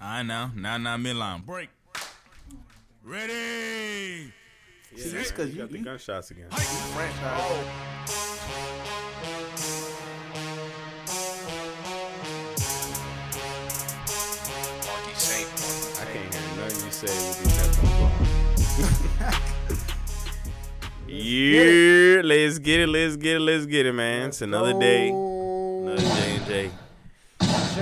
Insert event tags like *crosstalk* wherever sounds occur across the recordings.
I know. Now, now midline. Break. Ready. See, that's because you, got the you, gunshots again. franchise. Marky Saint. I can't hear nothing you say with these headphones *laughs* on. yeah, let's get it, let's get it, let's get it, man. It's another day, Oh. another day and day.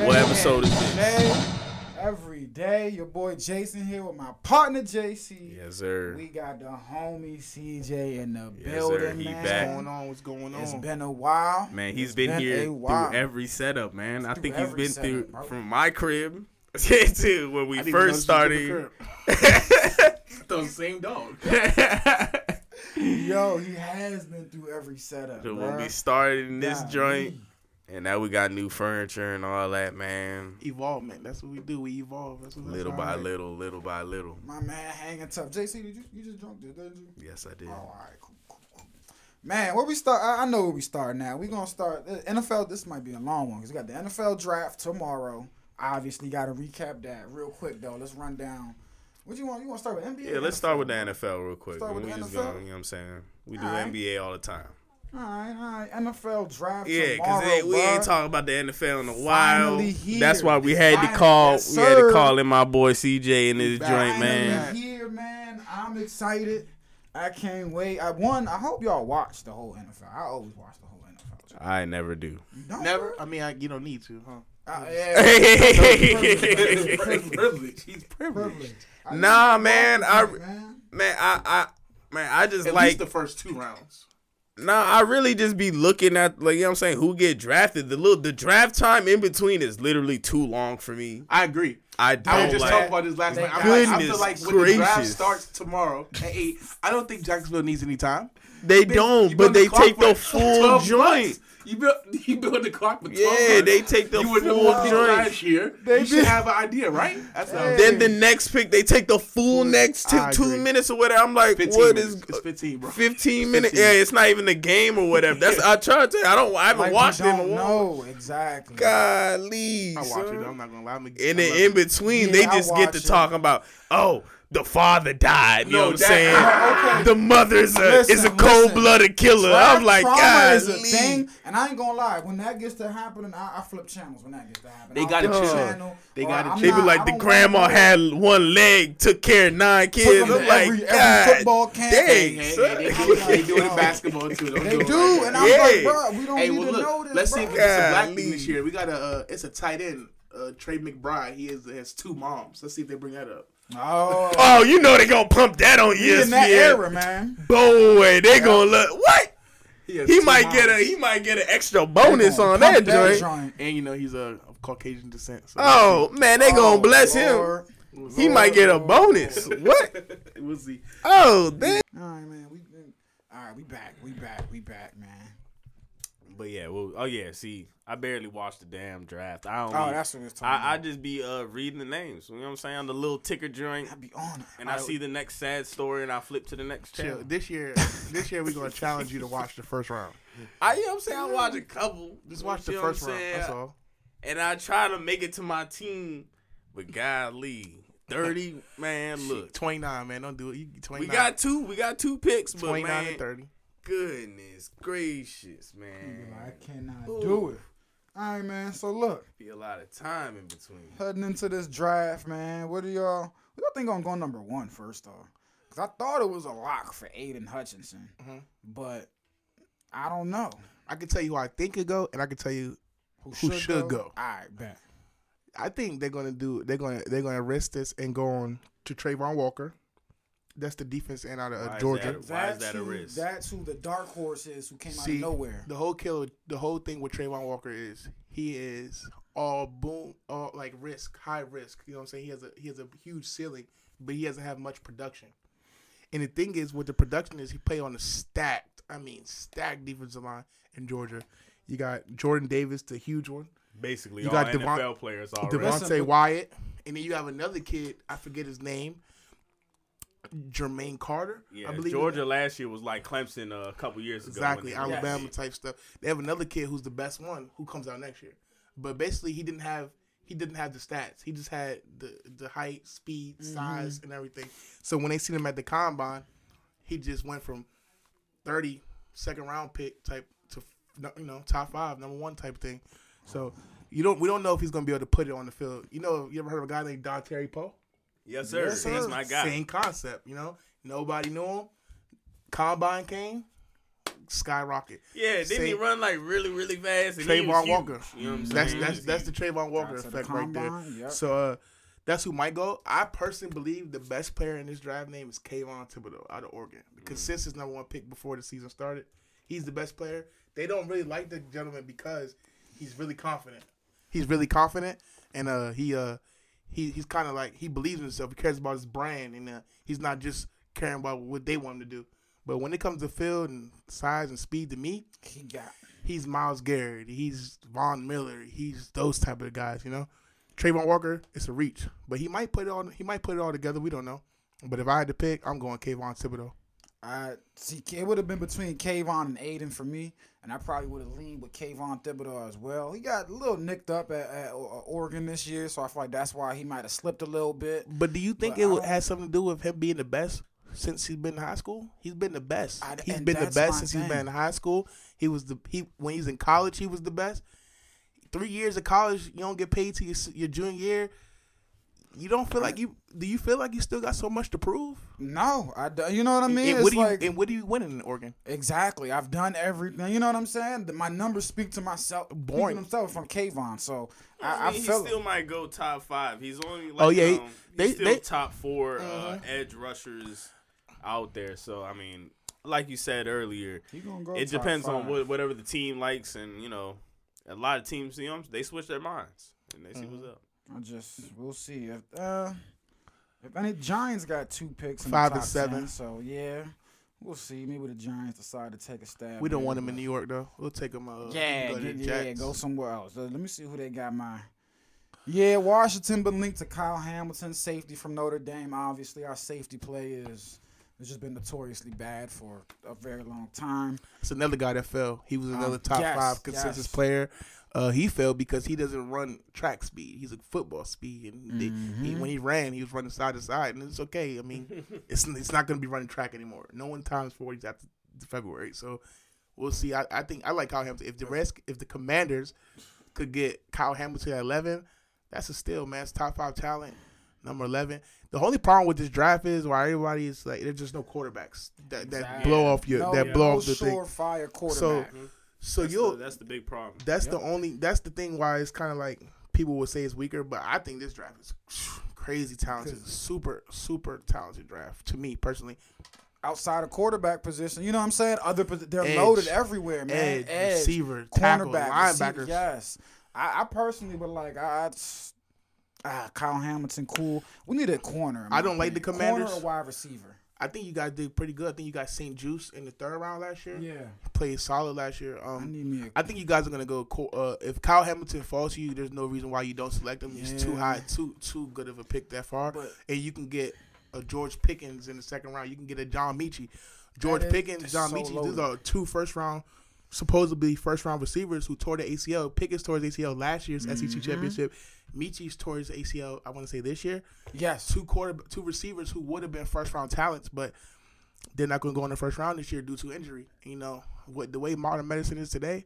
What episode is this? Day, every day, your boy Jason here with my partner JC. Yes, sir. We got the homie CJ in the Yes, sir. building. He man. back. What's going on? What's going It's on? been a while. Man, It's he's been, been a here while. through every setup, man. I Through think he's every been setup, through bro. from my crib *laughs* to when we first started. *laughs* Those same dog. *laughs* Yo, he has been through every setup. to when bruh. we started in this Nah, joint, and now we got new furniture and all that, man. Evolvement. That's what we do. We evolve. That's what that's Little all by right. little, little by little. My man hanging tough. JC, did you you just drunk did didn't you? Yes, I did. Oh, all right, cool, cool, cool. Man, where we start? I, I know where we start now. We're gonna start uh, the NFL. This might be a long one because we got the NFL draft tomorrow. Obviously, got to recap that real quick though. Let's run down. What you want? You want to start with NBA? Yeah, let's start with the NFL real quick. Start with we the just NFL? going, you know what I'm saying? We do All right. NBA all the time. All right, all right. NFL draft. Yeah, tomorrow, because we ain't bruh. talking about the NFL in a while. Finally here. That's why we had Finally, to call. yes, we had to sir. call in my boy CJ in this back. joint, Finally man. Here, man. I'm excited. I can't wait. I won. I hope y'all watch the whole NFL. I always watch the whole NFL. draft. I never *laughs* do. You don't, Never. bruh? I mean, I, you don't need to, *laughs* huh? Uh, *laughs* yeah, nah, privilege. He's privileged. privilege. I man. I used to watch it, man. man, I I man, I just At like least the first two rounds. Nah, I really just be looking at like you know what I'm saying, who get drafted. The little the draft time in between is literally too long for me. I agree. I don't I was just like talking about this last night. I'm like, Goodness I feel like when the draft gracious. starts tomorrow at eight, I don't think Jacksonville needs any time. they Bitch, don't, you but build they clock take for the full 12 joint. months. You build *laughs* you build the clock for twelve Yeah, months. they take the you were number full one pick joint. last year. They you should did. have an idea, right? That's what I'm Then the next pick, they take the full next t- I two agree. minutes or whatever. I'm like, Fifteen what minutes. is it's fifteen, bro? 15 minutes? 15. Yeah, it's not even a game or whatever. *laughs* That's I try to. tell you, I don't. I haven't Like, we watched it in a don't while. know exactly. Golly, I watch it. son. though. I'm not gonna lie. I'm a, And I then love in it. between, Yeah, they I just get watch to it. talking about, oh, the father died. You No, know what I'm that- saying? *laughs* Oh, okay. The mother's a, is a Listen, cold blooded killer. Black I'm like, trauma God, is a thing, and I ain't gonna lie. When that gets to happening, I, I flip channels. When that gets to happen, They I'll gotta flip chill. channel, They or gotta I'm They be not- I like, the don't grandma wanna- had one leg, took care of nine kids. them I'm to like, every- every God, football camp. dang, Hey, son." hey, they, do it, they *laughs* do it in basketball too. *laughs* Don't They do it do, like and that. I'm like, Yeah. bro, we don't Hey, need well, to look. know this. let's see bruh. if we get some black people Golly. this year. We got a. Uh, it's a tight end, uh, Trey McBride. He is, has two moms. Let's see if they bring that up. *laughs* Oh, Oh, you know they gonna pump that on E we ESPN. in that era, man. Boy, they gonna look what has he two might moms. get a he might get an extra bonus They gonna on pump that joint. joint. And you know he's a of Caucasian descent. So Oh man, they Oh, gonna bless him. Lord. He might get a bonus. What? we'll see. Oh, damn. All right, man. We all right. We back. We back. We back, man. But yeah, well, oh yeah. See, I barely watched the damn draft. I don't. Oh, even- that's what it's talking I, I about. just be uh reading the names. You know what I'm saying? The little ticker joint, I be on it. and I see the next sad story, and I flip to the next Chill. channel. This year, this year we're gonna challenge you to watch the first round. I, you know what I'm saying? I watch a couple. Just You know watch the what I'm first round. saying? That's all. And I try to make it to my team, but golly, *laughs* thirty man, look. Twenty nine, man. Don't do it. You We twenty nine. got two. We got two picks, but twenty nine man, and thirty. goodness gracious, man, I cannot do it. All right, man. So look, be a lot of time in between. heading into this draft, man. What do y'all? What y'all think gonna go number one first off? Because I thought it was a lock for Aiden Hutchinson, Mm-hmm. Mhm. but I don't know I can tell you who I think could go, and I can tell you Who should go? All right, bet. I think they're gonna do. They're gonna they're gonna risk this and go on to Trayvon Walker. That's the defense end out of Why uh, is Georgia. that? Why is that a who, risk? That's who the dark horse is who came out See, of nowhere. The whole kill. The whole thing with Trayvon Walker is he is all boom, all like risk, high risk. You know what I'm saying? He has a he has a huge ceiling, but he doesn't have much production. And the thing is, with the production is he play on a stacked. I mean, stacked defensive line in Georgia. You got Jordan Davis, the huge one. Basically, You all got Devon- NFL players already. Devontae Listen, Wyatt, and then you have another kid. I forget his name. Jermaine Carter. Yeah, I believe Georgia last year was like Clemson uh, a couple years ago. Exactly, when they were- Alabama type stuff. They have another kid who's the best one who comes out next year. But basically, he didn't have he didn't have the stats. He just had the the height, speed, size, and everything. So when they seen him at the combine, he just went from 30 second round pick type to you know top five, number one type thing. So you don't we don't know if he's gonna be able to put it on the field. You know, you ever heard of a guy named Don Terry Poe? Yes, sir. That's my guy. Same concept, you know. Nobody knew him. Combine came, skyrocket. Yeah, didn't he Same- run like really, really fast? And he was Trayvon huge. Walker. You know what I'm That's saying? that's that's the Trayvon Walker Drops at the effect right there. combine, yep. So uh, that's who might go. I personally believe the best player in this draft name is Kayvon Thibodeau out of Oregon. The consensus number one pick before the season started. He's the best player. They don't really like the gentleman because he's really confident. He's really confident, and uh, he uh, he he's kind of like he believes in himself. He cares about his brand, and uh, he's not just caring about what they want him to do. But when it comes to field and size and speed, to me, He got he's Miles Garrett, he's Von Miller, he's those type of guys, you know. Trayvon Walker, it's a reach, but he might put it on. He might put it all together. We don't know. But if I had to pick, I'm going Kayvon Thibodeau. I see. It would have been between Kayvon and Aiden for me, and I probably would have leaned with Kayvon Thibodeau as well. He got a little nicked up at, at O- uh, Oregon this year, so I feel like that's why he might have slipped a little bit. But do you think But it I would don't- has something to do with him being the best since he's been in high school? He's been the best. I- he's and been the that's my best since he's thing. been in high school. He was the he when he's in college, he was the best. Three years of college, you don't get paid till your, s- your junior year. You don't feel like you. Do you feel like you still got so much to prove? No, I do, you know what I mean. and what It's do you like and what do you winning in Oregon? exactly. I've done everything. You know what I'm saying? The- My numbers speak to myself. Boring. Boring themselves from Kayvon, so I, I, I mean, he feel. still might go top five. He's only like, Oh, yeah, um, they- he's still they- top 4 uh, edge rushers out there. So I mean, like you said earlier, He gonna go it top depends on five. what, whatever the team likes, and you know, a lot of teams, you know, they switch their minds and they see what's up. I just we'll see if uh if any Giants got two picks, in the Five and top seven. 10, so yeah, we'll see. Maybe the Giants decide to take a stab. We don't there, want him but- in New York though. We'll take him. Uh, Yeah, go to yeah, the yeah, Jets. go somewhere else. Uh, Let me see who they got. My yeah, Washington been linked to Kyle Hamilton, safety from Notre Dame. Obviously, our safety play is has just been notoriously bad for a very long time. It's another guy that fell. He was another top Oh, yes, five consensus yes. player. Uh, he fell because he doesn't run track speed. He's a football speed, and they- Mm-hmm. he, when he ran, he was running side to side, and it's okay. *laughs* I mean, it's it's not going to be running track anymore. No one times forties after February, so we'll see. I, I think I like Kyle Hamilton. If the rest, if the Commanders could get Kyle Hamilton at eleven, that's a steal, man. It's top five talent. Number eleven. The only problem with this draft is why everybody is like there's just no quarterbacks that, that Exactly. blow off your that no blow off the thing. surefire So, quarterback. so That's, you'll the, that's the big problem. that's the only that's the thing why it's kind of like people would say it's weaker, but I think this draft is *sniffs* crazy talented, super super talented draft to me personally. outside of quarterback position. You know what I'm saying? Other posi- they're Edge. loaded everywhere, man. Edge, receiver, tackle, cornerback, receiver, linebackers. Yes, I, I personally would like I. I'd s- Ah, Kyle Hamilton, cool. We need a corner. in I my don't like the opinion. Commanders. Corner or wide receiver. I think you guys did pretty good. I think you guys St. Juice in the third round last year. Yeah, Played solid last year. I Um, need me. A, I think you guys are gonna go. co- Uh, if Kyle Hamilton falls to you, there's no reason why you don't select him. He's too Yeah. high, too too good of a pick that far, But- and you can get a George Pickens in the second round. You can get a John Michi, George That is- Pickens, that's John so Michi. These loaded. are two first round, supposedly first round receivers who tore the ACL. Pickens tore his ACL last year's Mm-hmm. SEC championship. Michi's tore his ACL. I want to say this year. yes, Two quarter, two receivers who would have been first round talents, but they're not going to go in the first round this year due to injury. You know, what the way modern medicine is today,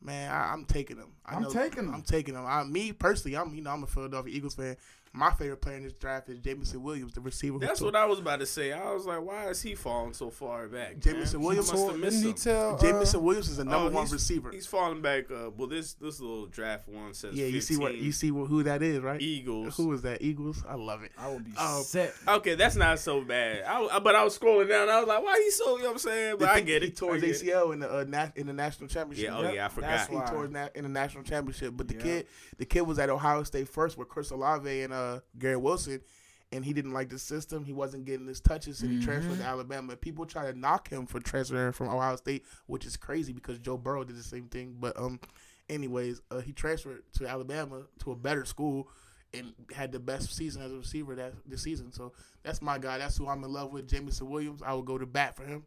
man, I, I'm taking them. I I'm taking 'em. I'm taking them. I, me personally, I'm you know I'm a Philadelphia Eagles fan. My favorite player in this draft is Jamison Williams, the receiver. That's who what I was about to say. I was like, why is he falling so far back? Jamison man? Williams He must tore- have didn't missed he him. tell? Jamison Uh, Williams is the number Oh, one he's- receiver. He's falling back. Uh, well, this this little draft one says. Yeah, you see what 15 you see what, who that is, right? Eagles. Who is that? Eagles. I love it. I would be Oh, sick. Okay, that's not so bad. I, I- but I was scrolling down. I was like, why he so? You know what I'm saying? But They I think get he it. tore I his get it. ACL in the uh, na- in the national championship. Yeah. Oh Yep, yeah, I that's forgot. he why. tore his na- in the national championship. But the Yeah. kid, the kid was at Ohio State first with Chris Olave and uh, Gary Wilson, and he didn't like the system. He wasn't getting his touches, and Mm-hmm. he transferred to Alabama. People try to knock him for transferring from Ohio State, which is crazy because Joe Burrow did the same thing. But um, anyways, uh, he transferred to Alabama to a better school. And had the best season as a receiver that this season, so that's my guy. That's who I'm in love with, Jamison Williams. I would go to bat for him.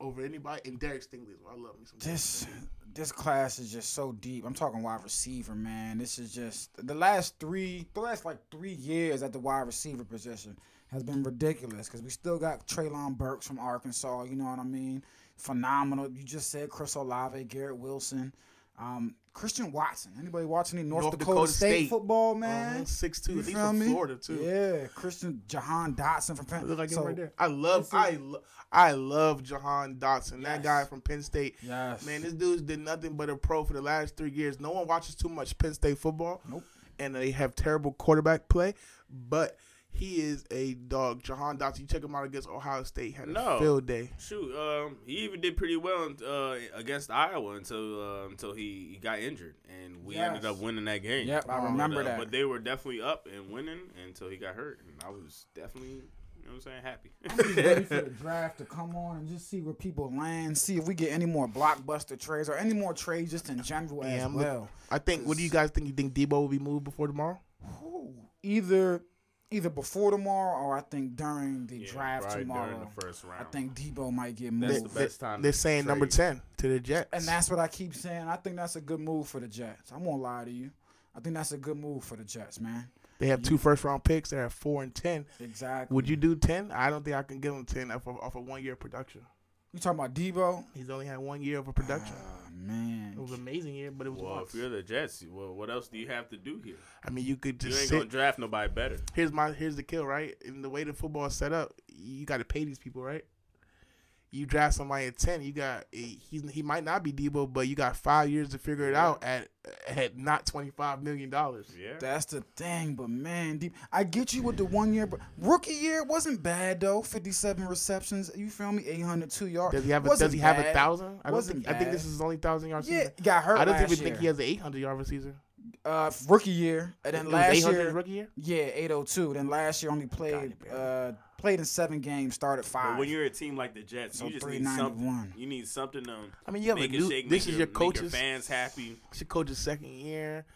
over anybody. And Derek Stingley is why I love me some. Derek This this class is just so deep. I'm talking wide receiver, man. This is just the last three, the last like three years at the wide receiver position has been ridiculous because we still got Traylon Burks from Arkansas. You know what I mean? Phenomenal. You just said Chris Olave, Garrett Wilson, um, Christian Watson. Anybody watching any North, North Dakota, Dakota State, State. Uh-huh. football, man? six two. You He's feel from me? Florida too. Yeah, Christian Jahan Dotson from Penn. Look like him So, right there. I love, I, lo- I love Jahan Dotson, Yes. that guy from Penn State. Yes. Man, this dude's did nothing but a pro for the last three years. No one watches too much Penn State football. Nope. And they have terrible quarterback play, but he is a dog. Jahan Dotson, you check him out against Ohio State, had No. a field day. Shoot, um, he even did pretty well uh, against Iowa until uh, until he, he got injured, and we Yes. ended up winning that game. Yep, I remember but, uh, that. But they were definitely up and winning until he got hurt, and I was definitely, you know, what I'm saying, happy. *laughs* just ready for the draft to come on and just see where people land, see if we get any more blockbuster trades or any more trades just in general as Yeah, I'm look- well. I think. What do you guys think? You think Debo will be moved before tomorrow? Ooh, either either before tomorrow or I think during the Yeah, draft probably tomorrow. during the first round. I think Debo might get That's moved. the best time They're to saying number trade. ten to the Jets. And that's what I keep saying. I think that's a good move for the Jets. I won't lie to you. I think that's a good move for the Jets, man. they have two first round picks. They're at four and ten. Exactly. Would you do ten? I don't think I can give him ten off of, off of one year of production. You talking about Debo? He's only had one year of a production. Oh It was man. an amazing year, but it was Well, once. if you're the Jets, well, what else do you have to do here? I mean, you could You just ain't sit. gonna draft nobody better. here's my here's the kill, right? In the way the football is set up, you got to pay these people, right? You draft somebody at ten, you got he he might not be Debo, but you got five years to figure it out at at not twenty five million dollars. Yeah. That's the thing, but man, deep. I get you with the one year, but rookie year wasn't bad though. Fifty-seven receptions, you feel me? Eight hundred two yards. Does he have a, Wasn't does he have a bad. thousand? I don't Wasn't think, I think bad. this is his only thousand yard Yeah, season. he got hurt. I don't last even year. think he has an eight hundred yard receiver. uh rookie year, and then It was last 800 year, his rookie year. yeah, eight oh two. Then last year only played uh played in seven games, started five. But when you're a team like the Jets, you So just three need ninety something. one. You need something to I mean, you have make a it new. shake. this make is your make coach's fans happy. It's your coach's second year.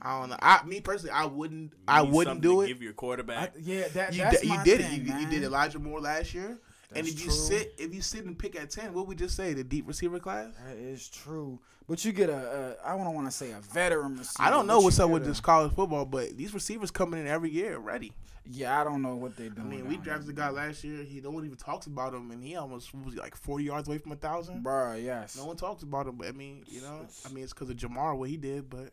I don't know. I, me personally, I wouldn't. I You need wouldn't something to do it. Give your quarterback. I, yeah, that you that's d- you my did thing, it. You, you man. did Elijah Moore last year. and That's if you true. sit, if you sit and pick at ten, what we just say the deep receiver class. That is true, but you get a, a I don't want to say a veteran. Receiver, I don't know but what's you up get with a- this college football, but these receivers coming in every year ready. Yeah, I don't know what they doing. I mean, we down drafted a there. guy last year. He no one even talks about him, and he almost was like forty yards away from a thousand. Bruh, yes. No one talks about him, but I mean, you know, I mean, it's because of Jamar what he did, but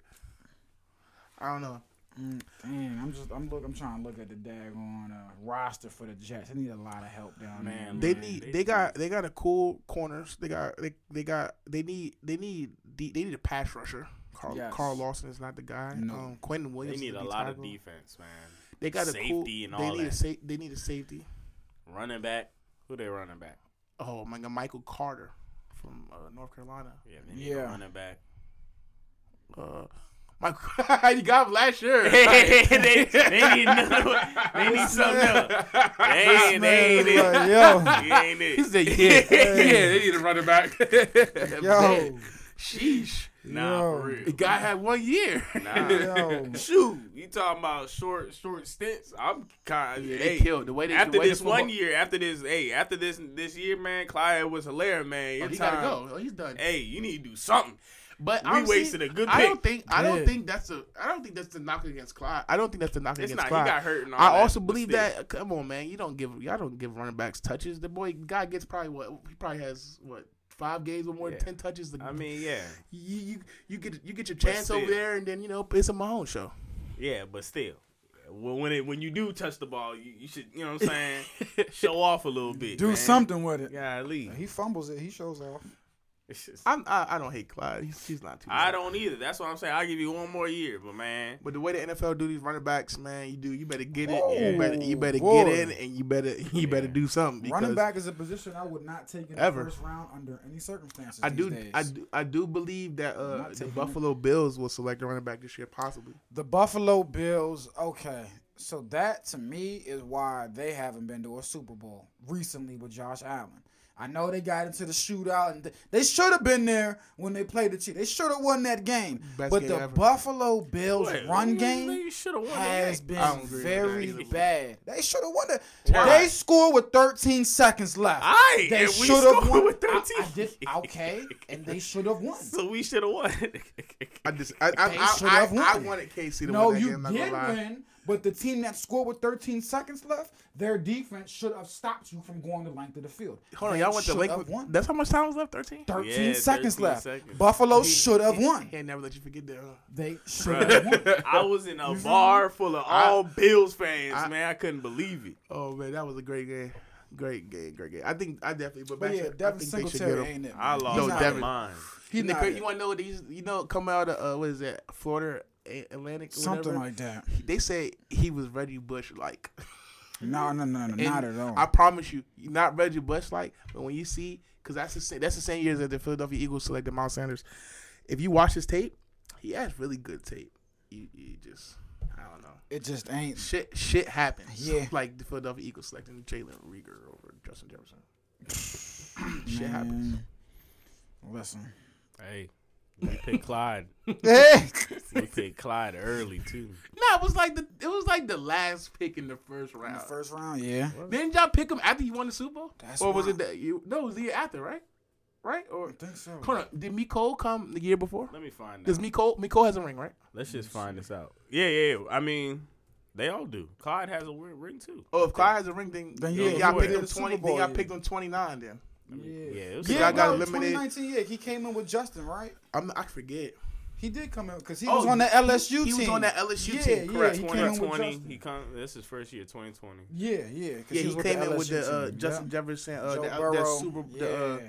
I don't know. Mm, Dang, I'm just I'm look I'm trying to look at the daggone uh, roster for the Jets. They need a lot of help down Man, They man, need. They got. They got a cool corners. They got. They. They got. They need. They need. They need a pass rusher. Carl, Yes. Carl Lawson is not the guy. No. Um, Quentin They Williams. need is a the lot of tackle. defense, man. They got a cool. safety and they all need that. a sa- They need a safety. Running back. Who they running back? Oh my God, Michael Carter from uh, North Carolina. Yeah, they need Yeah. a running *laughs* back. *laughs* Uh, Michael, *laughs* you got him last *laughs* year. they, *laughs* they need another, They need something else. They ain't, they ain't there. it. *laughs* Like, yo, He ain't it. He *laughs* said, "Yeah, yeah, they need a running back." yo, sheesh. Nah, Yo. for real. The guy had one year. Nah. yo. Shoot, you talking about short, short stints? I'm kind. Yeah, of they hey, killed the way they the after way the this one football- year, after this, hey, after this, this year, man, Clyde was hilarious, man. Oh, Your he time, gotta go. Oh, he's done. Hey, you need to do something. But We honestly, wasted a good I don't pick. think I don't Yeah. think that's a I don't think that's the knock against Clyde. I don't think that's the knock It's against not. Clyde. He got hurt. And all I that, also but believe still. that. Come on, man, you don't give y'all don't give running backs touches. The boy guy gets probably what he probably has what five games with more Yeah. than ten touches. The, I mean, yeah, you, you you get you get your chance over still. there, and then you know it's a Mahomes show. yeah, but still, well, when it when you do touch the ball, you, you should, you know what I'm saying, show off a little bit. Do man. something with it. Golly. He fumbles it. He shows off. It's just- I'm, I I don't hate Clyde. He's, he's not too. I bad. don't either. That's what I'm saying. I'll give you one more year, but man, But the way the NFL do these running backs, man, you do you better get it. Whoa. You better you better Whoa. get in, and you better *laughs* you better do something. Because Running back is a position I would not take in the Ever. first round under any circumstances. I these do, days. I do, I do believe that uh, Not the taking Buffalo Bills will select a running back this year, possibly. The Buffalo Bills, okay. So that to me is why they haven't been to a Super Bowl recently with Josh Allen. I know they got into the shootout, and th- they should have been there when they played the Chiefs. They should have won that game. Best but game the ever. Buffalo Bills run game You should have won. has that. don't been agree with that very either. bad. They should have won that. They scored with 13 seconds left. Aight, they and we should scored have won with I- 13. I, did, okay, and they should have *laughs* won. *laughs* So we should have won. *laughs* I just I I, They should I, have I, I won. wanted KC to No, win that you game. Not did gonna lie. win, but the team that scored with 13 seconds left, their defense should have stopped you from going the length of the field. Hold on, They y'all went to should Lake. have with- won. That's how much time was left. Thirteen. 13 Yeah, seconds 13 left. seconds. Buffalo should have *laughs* He won. ain't never let you forget that. Huh? They should have won. *laughs* I was in a bar full of all Bills fans, I- man. I couldn't believe it. Oh man, that was a great game. Great game, great game. I think I definitely, but, But back yeah, to, I Devin think they should get Singletary him. ain't it. I man. lost No, He's not Devin. my it. mind. He's And the not cra- it. you want to know what these? You know, come out of uh, what is that? Florida, A- Atlantic, or Something whatever? like that. They said he was Reggie Bush like. No, no, no, no, not at all. I promise you, you're not Reggie Bush like. But when you see, because that's the same, that's the same year that the Philadelphia Eagles selected Miles Sanders. If you watch his tape, he has really good tape. You, you just, I don't know. it just ain't. Shit, shit happens. Yeah. *laughs* like the Philadelphia Eagles selecting Jalen Rieger over Justin Jefferson. shit happens. Mm. *laughs* Listen. Hey, we picked Clyde. we picked Clyde early too. No, it was like the it was like the last pick in the first In round. the first round, yeah. Didn't y'all pick him after you won the Super Bowl? That's or was why. it that you? No, it was the year after, right? Right? Or I think so. hold on, did Miko come the year before? Let me find Does out. Miko Miko has a ring, right? Let's just find this out. Yeah, yeah. yeah. I mean, they all do. Clyde has a weird ring too. Oh, if Clyde has a ring, then, Then then yeah, y'all, he y'all would. picked Yeah, him the Super twenty. Bowl, Then y'all yeah. picked him twenty nine. Then Yeah. Yeah, it was Yeah, Yeah, y'all got no, eliminated. 2019, yeah, he came in with Justin, right? I'm, I forget. He did come in because he Oh, was on the he- LSU team. he was on that LSU yeah, team, Yeah, correct. he came in with 2020. Justin. He come. This is first year, 2020. Yeah, yeah. 'cause Yeah, he, was with came in with LSU the uh, team. Justin Yep. Jefferson, uh, Joe the, uh, Burrow. that super, yeah. the, uh,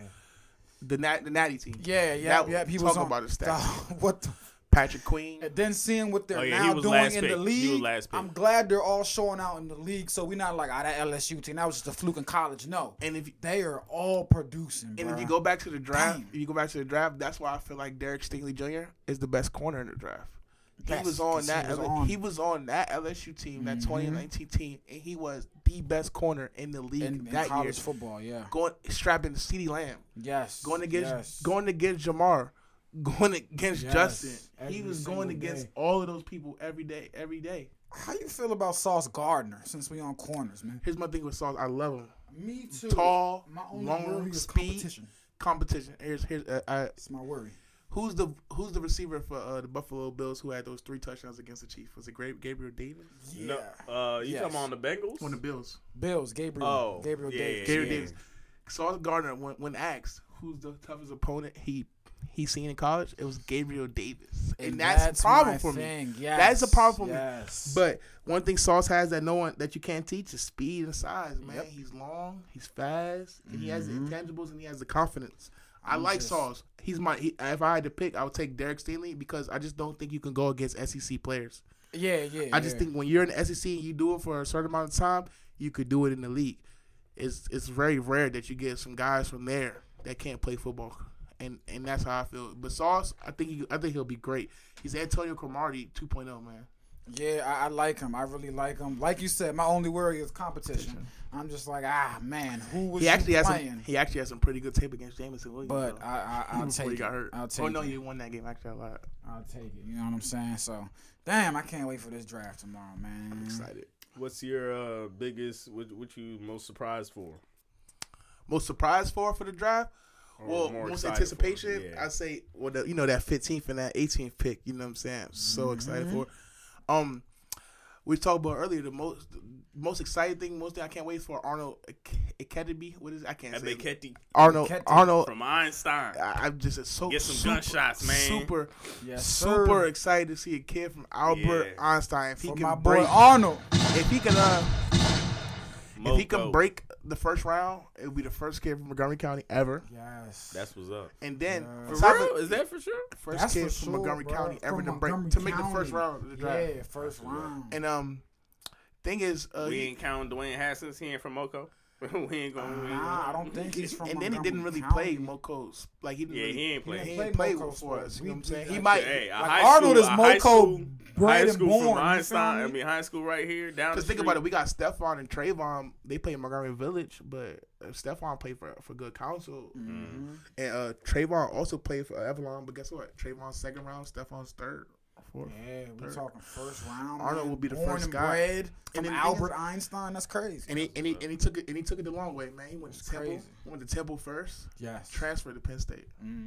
the, nat- the Natty team. yeah, yeah, that- yeah. He talk was on *laughs* about his stats. Dog, what? The, Patrick Queen. and then seeing what they're Oh, yeah, he now was doing last in pick. the He was league, last pick. I'm glad they're all showing out in the league. So we're not like, ah, that LSU team. That was just a fluke in college. No, And if you- they are all producing. And if bruh. you go back to the draft, Damn. if you go back to the draft, that's why I feel like Derek Stingley Jr. is the best corner in the draft. Yes, he was on 'cause that He was L- on. he was on that LSU Mm-hmm. team, that 2019 team, and he was the best corner in the league in, in that college year. football. Yeah. Going strapping CeeDee Lamb, Yes. going against yes. going against Jamar, *laughs* going against Yes, Justin. He every was going single against day. all of those people every day, every day. How you feel about Sauce Gardner since we on corners, man? Here's my thing with Sauce. I love him. Me too. Tall, my only long, worry is speed. competition. Competition. Here's here's uh, I, It's my worry. Who's the Who's the receiver for uh, the Buffalo Bills who had those three touchdowns against the Chiefs? Was it Gra- Gabriel Davis Yeah. No, uh, you Yes. talking on the Bengals? on the Bills? Bills, Gabriel, Oh, Gabriel yeah, Davis. yeah, Gabriel yeah. Davis. Sauce Gardner, when, when asked who's the toughest opponent he he seen in college, it was Gabriel Davis, and, that's, a problem for me. That's a problem for me. But one thing Sauce has that no one that you can't teach is speed and size. Man, he's long, he's fast, and he has the intangibles and he has the confidence. I like Sauce. He's my. He, if I had to pick, I would take Derek Stingley because I just don't think you can go against SEC players. yeah, yeah. I just think when you're in the SEC and you do it for a certain amount of time, you could do it in the league. It's it's very rare that you get some guys from there that can't play football, and and that's how I feel. But Sauce, I think he, I think he'll be great. He's Antonio Cromartie 2.0, man. yeah, I, I like him. I really like him. Like you said, my only worry is competition. I'm just like, ah, man, who was He actually has playing? some, he actually has some pretty good tape against Jamison Williams. but though, I, I, I'll *laughs* before take he it. got hurt. I'll take oh no, it. you won that game actually. I lied. I'll take it. You know what I'm saying? So, damn, I can't wait for this draft tomorrow, man. I'm excited. What's your uh, biggest? What, what you most surprised for? Most surprised for for the draft. Or Well, more most excited anticipation, for? Yeah. I say, well, the, you know that 15th and that 18th pick. You know what I'm saying? I'm so excited Mm-hmm. for. it. Um, we talked about earlier the most the most exciting thing, most thing I can't wait for Arnold Ak- Academy. What is it? I can't say it. Ebiketti Arnold Akete. Arnold. from Einstein. I, I'm just so Get some super, gunshots, man. Super, Yes, super sir. excited to see a kid from Yeah. Albert Einstein. If he For can my boy break, Arnold. if he can, uh, if he Moco. can break the first round, it'll be the first kid from Montgomery County ever. Yes. That's what's up. And then Yeah. on For top of- real? Is that for sure? first That's kid for from sure, Montgomery bro. County ever From to break Montgomery to make the County. first round of the draft. Yeah, first round. And um, thing is, uh, we he- ain't counting Dwayne Haskins. He ain't from Moco. *laughs* we ain't gonna. we ain't Nah, I gonna- don't think he's from. and then he didn't Montgomery really County. play Moco's. Like he didn't. Yeah, really, he ain't played. He He ain't played played one for Moco's. us. You We- know what I'm saying? we- He might. Hey, a Like, high Arnold uh, school, is a high Moco school, bred high and school born, you from feel Einstein. I me? mean, high school right here down. Because the think about it, street. we got Stephon and Trayvon. They play in Montgomery Village, but Stephon played for for Good Counsel, Mm-hmm. and uh, Trayvon also played for Avalon. But guess what? Trayvon's second round, Stephon's third, fourth. Yeah, we're talking first round. Arnold man. will be the Born first and guy. Bred And from then the thing Albert Einstein. That's crazy. And he, and he and he took it and he took it the long way, man. He went to Temple, crazy. went to Temple first, yes. Mm-hmm. transferred to Penn State.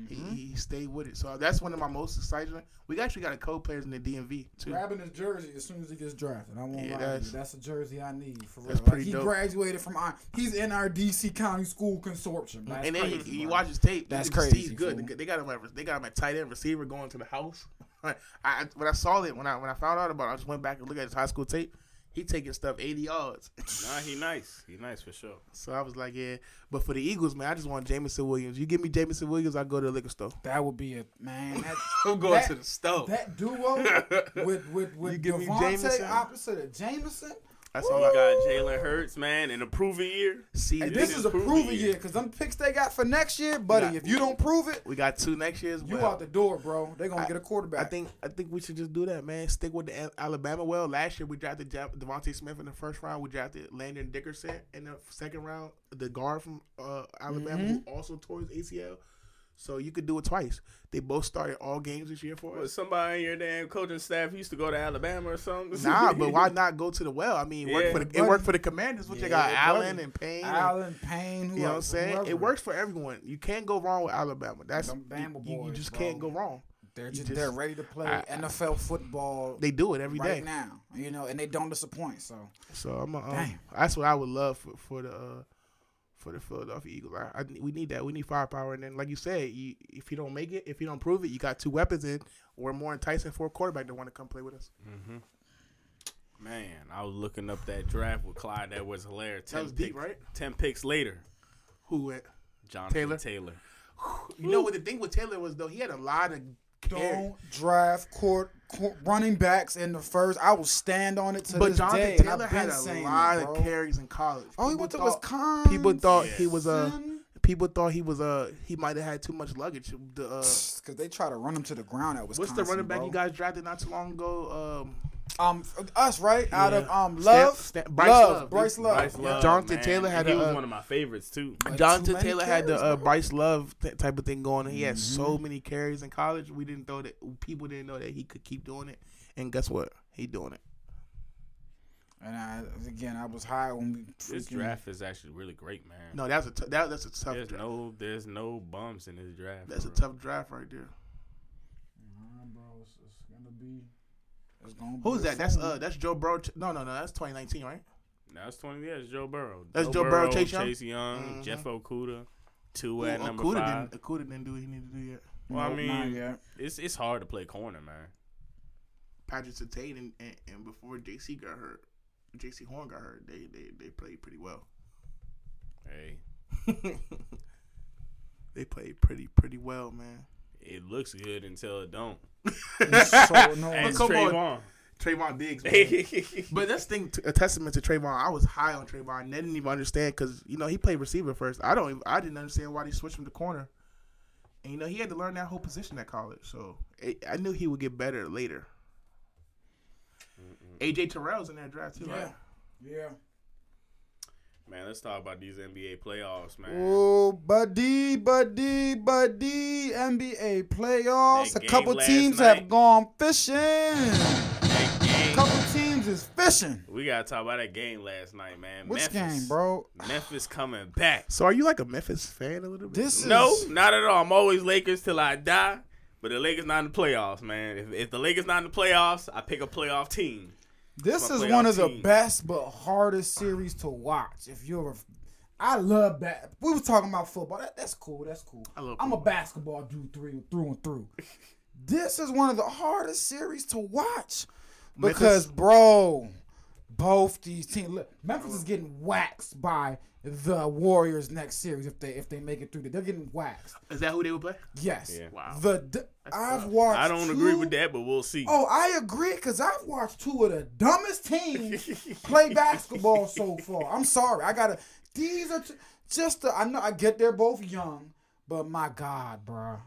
He, he stayed with it, so that's one of my most exciting. We actually got a co-players in the DMV too. Grabbing his jersey as soon as he gets drafted. I won't Yeah, lie. to you. that's- That's, a jersey I need for real. that's Like, pretty he dope. graduated from. I- He's in our DC County School Consortium. That's and then crazy, he, he bro. watches tape. That's You can see crazy, He's good. fool. They got him at they got him at tight end receiver going to the house. *laughs* I- I when I saw it when I when I found out about it, I just went back and looked at his high school tape. He taking stuff eighty yards. *laughs* Nah, he nice. He nice for sure. so I was like, yeah. But for the Eagles, man, I just want Jamison Williams. You give me Jamison Williams, I go to the liquor store. That would be a man. *laughs* That, I'm going that- to the store. That duo with with You with give me Devontae Jameson? opposite of Jameson. That's So all we Oh, I got. got Jalen Hurts, man, in a proven year. See, Hey, we- this is a proven proven year. year because them picks they got for next year, buddy. Nah. if you don't prove it, we got two next year's. you well. out the door, bro. They're gonna I- get a quarterback. I think I think we should just do that, man. Stick with the Al- Alabama. Well, last year we drafted ja- Devontae Smith in the first round. We drafted Landon Dickerson in the second round, the guard from uh, Alabama who also tore his ACL. So you could do it twice. They both started all games this year for What, us. somebody in your damn coaching staff used to go to Alabama or *laughs* something. Nah, *laughs* but why not go to the well? I mean, it worked Yeah, for the, it buddy. worked for the Commanders. What you got, Yeah, Allen buddy. and Payne. and- Allen Payne. Who you know what I'm else, saying? whoever. It works for everyone. You can't go wrong with Alabama. That's Them Bama you- you, you boys, just bro. can't go wrong. They're You just, just- they're ready to play I- I- NFL football They do it every day. right now. You know, and they don't disappoint. So So I'm a, um, Damn. that's what I would love for, for the uh, for the Philadelphia Eagles. I, I, we need that. We need firepower. And then, like you said, you, if you don't make it, if you don't prove it, you got two weapons in. We're more enticing for a quarterback to want to come play with us. Man, I was looking up that draft with Clyde. That was hilarious. That was picks, deep, right? Ten picks later, Who went? Jonathan Taylor. Taylor. You know what the thing with Taylor was though? He had a lot of carry. don't draft court, court running backs in the first. I will stand on it to But this Jonathan day. and Taylor I've been had a saying lot it, of bro. carries in college. Oh, he People went to thought- Wisconsin. People thought he Yes. was a. Uh, people thought he was Uh, he might have had too much luggage. The, uh, because they try to run him to the ground at what's Wisconsin. the running back bro. you guys drafted not too long ago? Um, Um, f- us right out of Yeah. um Stan- love, Stan- Bryce Bryce love, Love. Bryce love. Bryce Love, Jonathan man. Taylor had he a, was uh, one of my favorites too. But too Jonathan many Taylor had the carries, uh, bro. Mm-hmm. Bryce Love th- type of thing going. He had so many carries in college. We didn't know that people didn't know that he could keep doing it. And guess what? He doing it. And I, again, I was high when we This freaking draft is actually really great, man. No, that's a t- that, that's a tough there's draft. no there's no bumps in this draft. that's a bro. tough draft right there. Nah, bro, it's, it's gonna be. It's gonna Who's be a that? That's fun- uh that's Joe Burrow. Ch- no, no, no. That's 2019, right? Now it's 20 years. Joe Burrow. That's Joe Burrow, Chase Young? Young, Mhm. Jeff Okuda, two Ooh, at number Okuda 5 uh, didn't Okuda didn't do what he needed to do yet. Well, I Nope, mean, *laughs* not yet. it's it's hard to play corner, man. Patrick Sertain and, and, and before JC got hurt, JC Horn got hurt. They they they played pretty well. *laughs* Hey, they played pretty pretty well, man. it looks good until it don't. It's so annoying. Ask come on. Trayvon. *laughs* Trayvon Diggs. man. *laughs* yeah, But that's the thing, a testament to Trayvon. I was high on Trayvon. They didn't even understand because you know he played receiver first. I don't, even, I didn't understand why they switched him to corner. And you know he had to learn that whole position at college. So I I knew he would get better later. AJ Terrell's in that draft too, right? yeah. man. Let's talk about these NBA playoffs, man. Oh, buddy, buddy, buddy! NBA playoffs. That A couple game last teams have night. gone fishing. A That game- couple teams is fishing. we gotta talk about that game last night, man. Which Memphis. game, bro? Memphis coming back. So are you like a Memphis fan a little bit? This is No, not at all. I'm always Lakers till I die. But the Lakers not in the playoffs, man. If, if the Lakers not in the playoffs, I pick a playoff team. This my is playoff one of the team. best but hardest series to watch. If you're a, I love that. We were talking about football. That, that's cool. That's cool. I love am a basketball dude through through *laughs* and through. this is one of the hardest series to watch because, bro, both these teams. Look, Memphis is getting waxed by the Warriors next series if they if they make it through. They're getting waxed. is that who they would play? Yes. Yeah. Wow. The d- I've watched. I don't agree two- with that, but we'll see. Oh, I agree because I've *laughs* watched two of the dumbest teams play basketball so far. I'm sorry, I gotta These are t- just the. I know I get they're both young, but my God, bruh.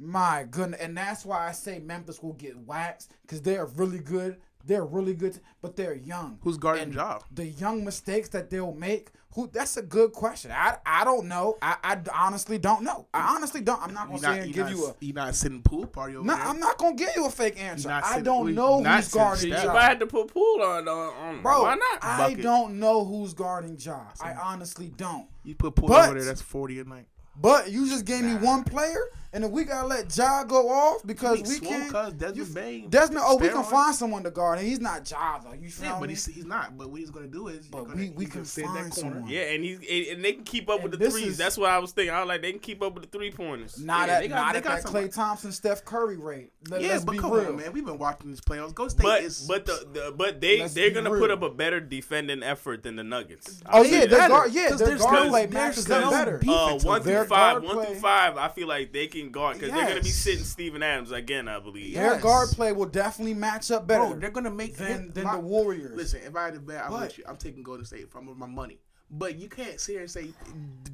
My goodness, and that's why I say Memphis will get waxed because they're really good. They're really good, but they're young. Who's guarding And Ja? The young mistakes that they'll make. Who? That's a good question. I I don't know. I, I honestly don't know. I honestly don't. I'm not You gonna not, say and you give not, you a. you not sitting pool party over No, there. I'm not gonna give you a fake answer. not I sitting- don't we know not who's sitting guarding Steph. If Ja. I had to put pool on, on, on Bro, why not? I Bucket. don't know who's guarding Ja. I Mm. honestly don't. You put pool But- over there, that's 40 a night. But you just gave me one player, and if we gotta let Ja go off because we can't. you- Desmond Bain. Desmond, oh, we can steroids. find someone to guard, and he's not Ja though. You feel Yeah, but me? he's, he's not. But what he's going to do is. But you're we- gonna, we you can sit in find someone. Yeah, and he's and- and they can keep up And with the this threes. is- That's what I was thinking. I was like, they can keep up with the three pointers. not yeah, at they got- not they at got that somebody. Clay Thompson, Steph Curry rate. Let, Yeah, let's but be come real. on, man. We've been watching this playoffs. Go State But is. but the, the but they Let's they're be gonna real. put up a better defending effort than the Nuggets. Oh I'll say yeah, that. their guard, yeah, 'Cause their there's guard no- play matches there's them no better. beat. Uh, defense one on through their five, guard one through play. five. I feel like they can guard because they're gonna be Yes. sitting Steven Adams again. I believe. Their Yes. guard play will definitely match up better Bro, they're going to make. than hit- than my- the Warriors. Listen, if I had to bet, I'm, But- with you. I'm taking Golden State if I'm with my money. But you can't sit here and say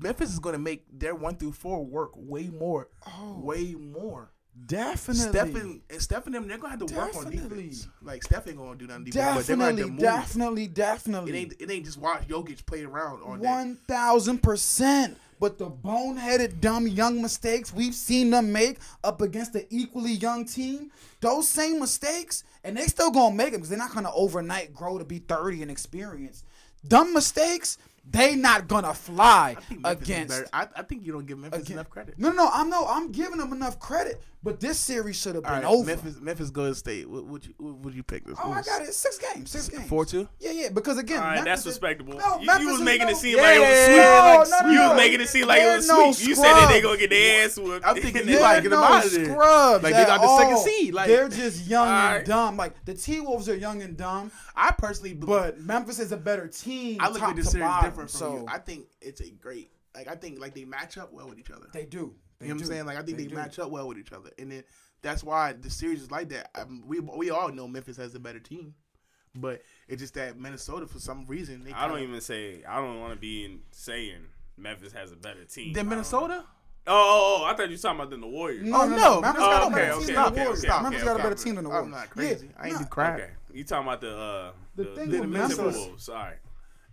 Memphis is going to make their one through four work way more. Way more. definitely. Stephen and Stephen them, they're gonna have to work on Definitely. defense. Like Steph ain't gonna do nothing defense, but they're gonna have to Definitely, definitely, move. definitely. It ain't it ain't just watch Jokic play around all day. One thousand percent. But the boneheaded, dumb, young mistakes we've seen them make up against the equally young team, those same mistakes, and they still gonna make them because they're not gonna overnight grow to be thirty and experienced. Dumb mistakes, they not gonna fly I think Memphis is against. better. I, I think you don't give Memphis against- enough credit. No, no, I'm no, I'm giving them enough credit, but this series should have All been right, over. Memphis Memphis Golden State. What would you what would you pick this? Oh, I got it. Six games. Six games. Four two. Yeah, yeah. Because again, All right, Memphis that's is- respectable. No, You- you, Memphis was is making it no- seem like it was sweet. Yeah, like no, no, you no. was making it seem like it They're was no sweet. You said that they scrubs. gonna get their ass whooped. *laughs* I'm thinking And you then- gotta like- get them out of there. scrubs Like, they at got the second all. seed, like- they're just young Alright. and dumb. Like the T Wolves are young and dumb, I personally believe but Memphis is a better team. I look top at this to series bottom, different from so you. I think it's a great like I think like they match up well with each other. they do. They you know what do. I'm saying? Like I think they, do. match up well with each other, and then that's why the series is like that. I we we all know Memphis has a better team, but it's just that Minnesota for some reason they I don't kinda- even say. I don't want to be in saying Memphis has a better team I Then don't- Minnesota. Oh, oh, oh, I thought you were talking about than the Warriors. No, Oh, no, no. no. Memphis Oh, got okay, a better okay, team than okay, the Warriors. okay, okay, Memphis got a okay. better team than the Warriors. I'm not crazy. Yeah, I ain't nah, do crap. Okay, you talking about the uh, The the, thing the with Memphis- Timberwolves? All right.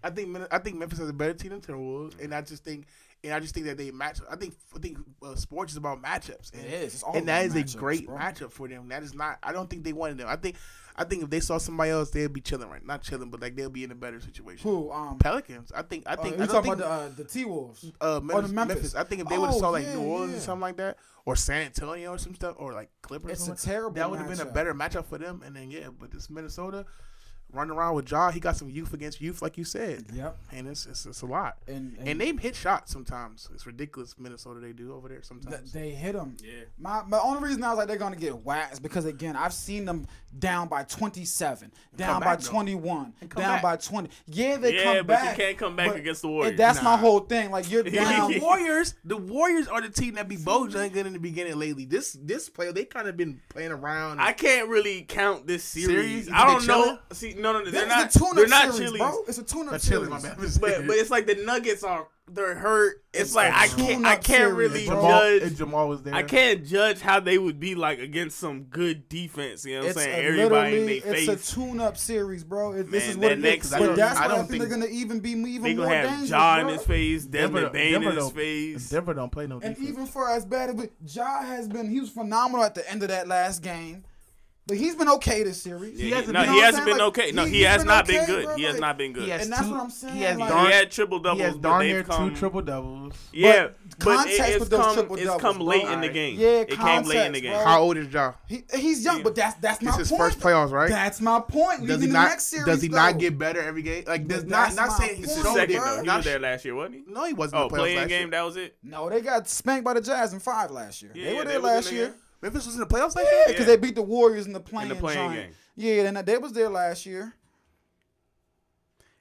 I think Min- I think Memphis has a better team than Timberwolves, Mm-hmm. and I just think and I just think that they match. I think I think uh, sports is about matchups. And, It is. It's all and that is about a matchups, great bro. matchup for them. That is not. I don't think they wanted them. I think I think if they saw somebody else, they'd be chilling right. Not chilling, but like they'll be in a better situation. Who? Um, Pelicans. I think. I uh, think. you I talking don't think, about the, uh, the T Wolves? uh, Memphis, the Memphis. Memphis. I think if they would have Oh, saw like yeah, New Orleans yeah. or something like that, or San Antonio or some stuff, or like Clippers, or It's a something, terrible That would have been a matchup. better matchup for them. And then yeah, but this Minnesota running around with Ja, he got some youth against youth, like you said. Yep. And it's it's, it's a lot. And- and, and- they hit shots sometimes. It's ridiculous Minnesota they do over there Th- sometimes. they hit them. Yeah. My my only reason I was like they're gonna get waxed is because again I've seen them down by 27, down by back, though. 21, down come back. by 20. Yeah, they Yeah, come but you back. can't come back but- against the Warriors. and that's Nah. my whole thing. Like *laughs* you're down. the Warriors, the Warriors are the team that be Bojangling in the beginning lately. This this player, they kind of been playing around. I can't really count this series. Series? You I think don't they're know. chilling? See, no, no, no This they're is not. a tune-up They're not series, chilly. bro. It's a tune-up Not series. chilling, my *laughs* bad. But but it's like the Nuggets are they're hurt. It's, like a I can't I tune-up can't *laughs* series, really bro. Jamal, and judge. Jamal was there. I can't judge how they would be like against some good defense. You know what I'm It's saying? a Everybody in literally- their face. It's a tune-up series, bro. It- this Man, is what that it next is. series, But that's I why I, don't think they're think- gonna even be even they more gonna have dangerous, John in bro. his face, Desmond Bain in his face. Denver don't play no And defense. even for as bad as but Ja has been, he was phenomenal at the end of that last game. But he's been okay this series. Yeah, he hasn't no, been- he you know hasn't been okay. No, he, has not been good. he has not been good. He He, has And that's two- what I'm saying, He has like- darn, had triple doubles. he has but darn they've near two come- triple doubles. Yeah, But but it, context it's with those come, triple it's doubles, come bro. late in the Alright. game. Yeah, it came late in the context, game. bro. How old is Ja? He, he's young, Yeah. but that's that's my This is point. first playoffs, right? That's my point. Does Leading he to the not? next series, does he though. not get better every game? Like, does But not that's not my saying he point, showed bro. it. Second bro. though, he was there last year, wasn't he? No, he wasn't. Oh, in the playoffs playing last game. year. That was it. No, they got spanked by the Jazz in five last year. Yeah, they yeah, were they there was in last the year. game. Memphis was in the playoffs last Yeah, year. because they beat the Warriors in the playing, play-in game. game. Yeah, they, they was there last year.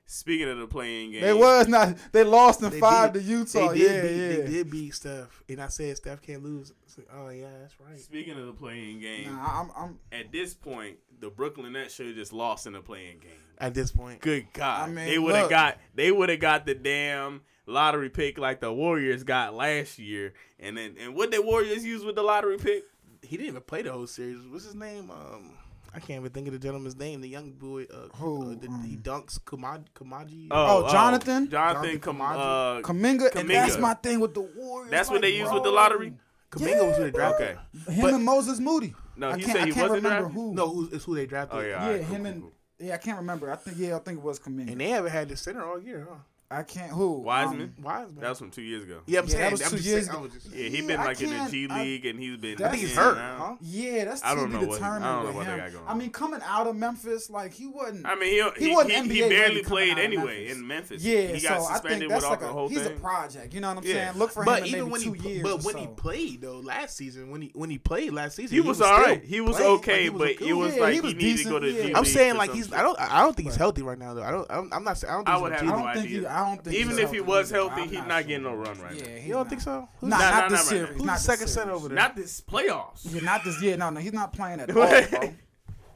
Speaking of the playing game, They was not. They lost in They five did- to Utah. They Yeah, did beat, yeah. They did beat Steph, and I said Steph can't lose. It's like, oh yeah, that's right. Speaking of the playing game, Nah, I'm, I'm, at this point, the Brooklyn Nets should have just lost in the playing game. At this point, Good God, I mean, they would have look. got they would have got the damn lottery pick like the Warriors got last year, and then and what did Warriors use with the lottery pick? He didn't even play the whole series. What's his name? Um, I can't even think of the gentleman's name. The young boy, uh, Who, uh, the, um, he dunks Kamad Kamaji. Oh, Jonathan? Jonathan, Jonathan Kam- uh, Kaminga, and that's Kuminga. my thing with the Warriors. that's what like, they use with the bro, lottery. Kaminga yeah, was who they drafted. Okay, Him But- and Moses Moody. No, I you can't, said I he can't wasn't remember drafted? who. No, who's it's who they drafted? Oh, yeah, yeah, all right, cool, him cool, and cool. yeah, I can't remember. I think yeah, I think it was Kaminga. And they haven't had the center all year, huh? I can't who Wiseman. Um, Wiseman. that was from two years ago. yeah, I'm Yeah, saying that was I'm two just years saying, I ago. was just- Yeah, he Yeah, been I like in the can't- G I- League, and he's been. I I think he's in and hurt, out. huh? yeah, that's I to don't be know what- I determined don't know with what they him. got going I on. mean, coming out of Memphis, like he wasn't. I mean, he He he, he, wasn't he, NBA ready barely coming out played of anyway Memphis. in Memphis. yeah, he got so I think suspended that's with like all a, the whole he's thing. a project. You know what I'm Yeah. saying? Look for But him in even maybe when two he, years. but or when so. he played though last season, when he when he played last season, He, was, still all right. He was playing. Like, okay, he was a but cool- it was yeah, like he he, was needed to go to decent, the yeah. G League. I'm I'm saying or like some he's. shit. I don't. I don't think he's healthy right now though. I don't. I'm, I'm not. saying- I don't think I he's would healthy. I have don't no think idea. he. I don't think Even he's if he healthy was either. healthy, I'm he's not, sure. getting no run right Yeah, now. he's You don't not. think so? Who's, Nah, Nah, not nah, not right this now. series. not who's the this second series. center over there? Not this playoffs. Yeah, not this. Yeah, no, no, he's not playing at all, bro.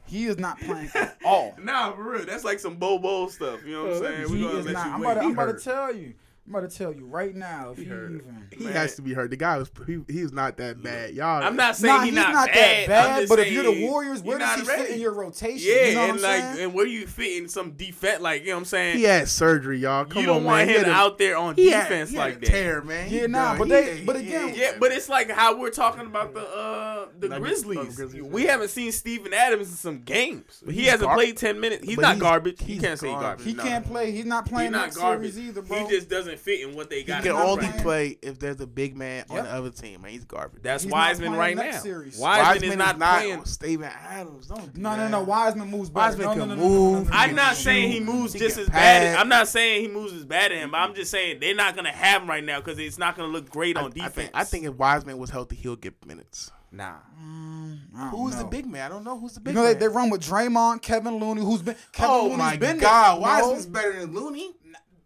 He is not playing at all. Nah, for real. That's like some Bobo stuff. You know what I'm saying? Uh, He We're gonna is let not. you I'm wait. about, to, He I'm about to hurt. tell you. I'm about to tell you right now. If he hurt. even. he Man. has to be hurt. The guy was. He, he's not that bad. Y'all. I'm not saying Nah, he he's not, not, bad, that I'm bad. just But if you're the saying Warriors, where you're does he not fit ready. in your rotation? Yeah, you know what and I'm like, saying? and where you fit in some defense, like you know what I'm saying? He had surgery, y'all. Come you don't on, want man. He him had a- out there on he had- defense he had like a that. tear, man. Yeah, He nah, done. but He they- had- but he again- had- Yeah, but it's like how we're talking about the uh the Nuggets. Grizzlies. Oh, Grizzlies, We yeah. haven't seen Steven Adams in some games. He he's hasn't gar- played ten minutes. He's but not he's- garbage. he he's can't say garbage. garbage. he no. can't play. He's not He's playing not that garbage series either, bro. He just doesn't fit in what they He got. can him right only now. play if there's a big man on Yep. the other team, man. He's garbage. That's He's not Wiseman playing right next now. series. Wiseman is not playing. Steven Adams. Don't do no, no, that. no. Wiseman moves. better. Wiseman No, can no, no, no, no, no, no, move. no, no, I'm no, not no, saying no, he no, moves He just can as bad. As, pass. I'm not saying he moves as bad as him, but I'm just saying they're not gonna have him right now because it's not gonna look great on I defense. think, I think if Wiseman was healthy, he'll get minutes. nah. no. I don't Who's the know. big man? I don't know who's the You big know they, man. they run with Draymond, Kevin Looney, who's been Kevin oh Looney's my been God, there. Wiseman's No, better than Looney.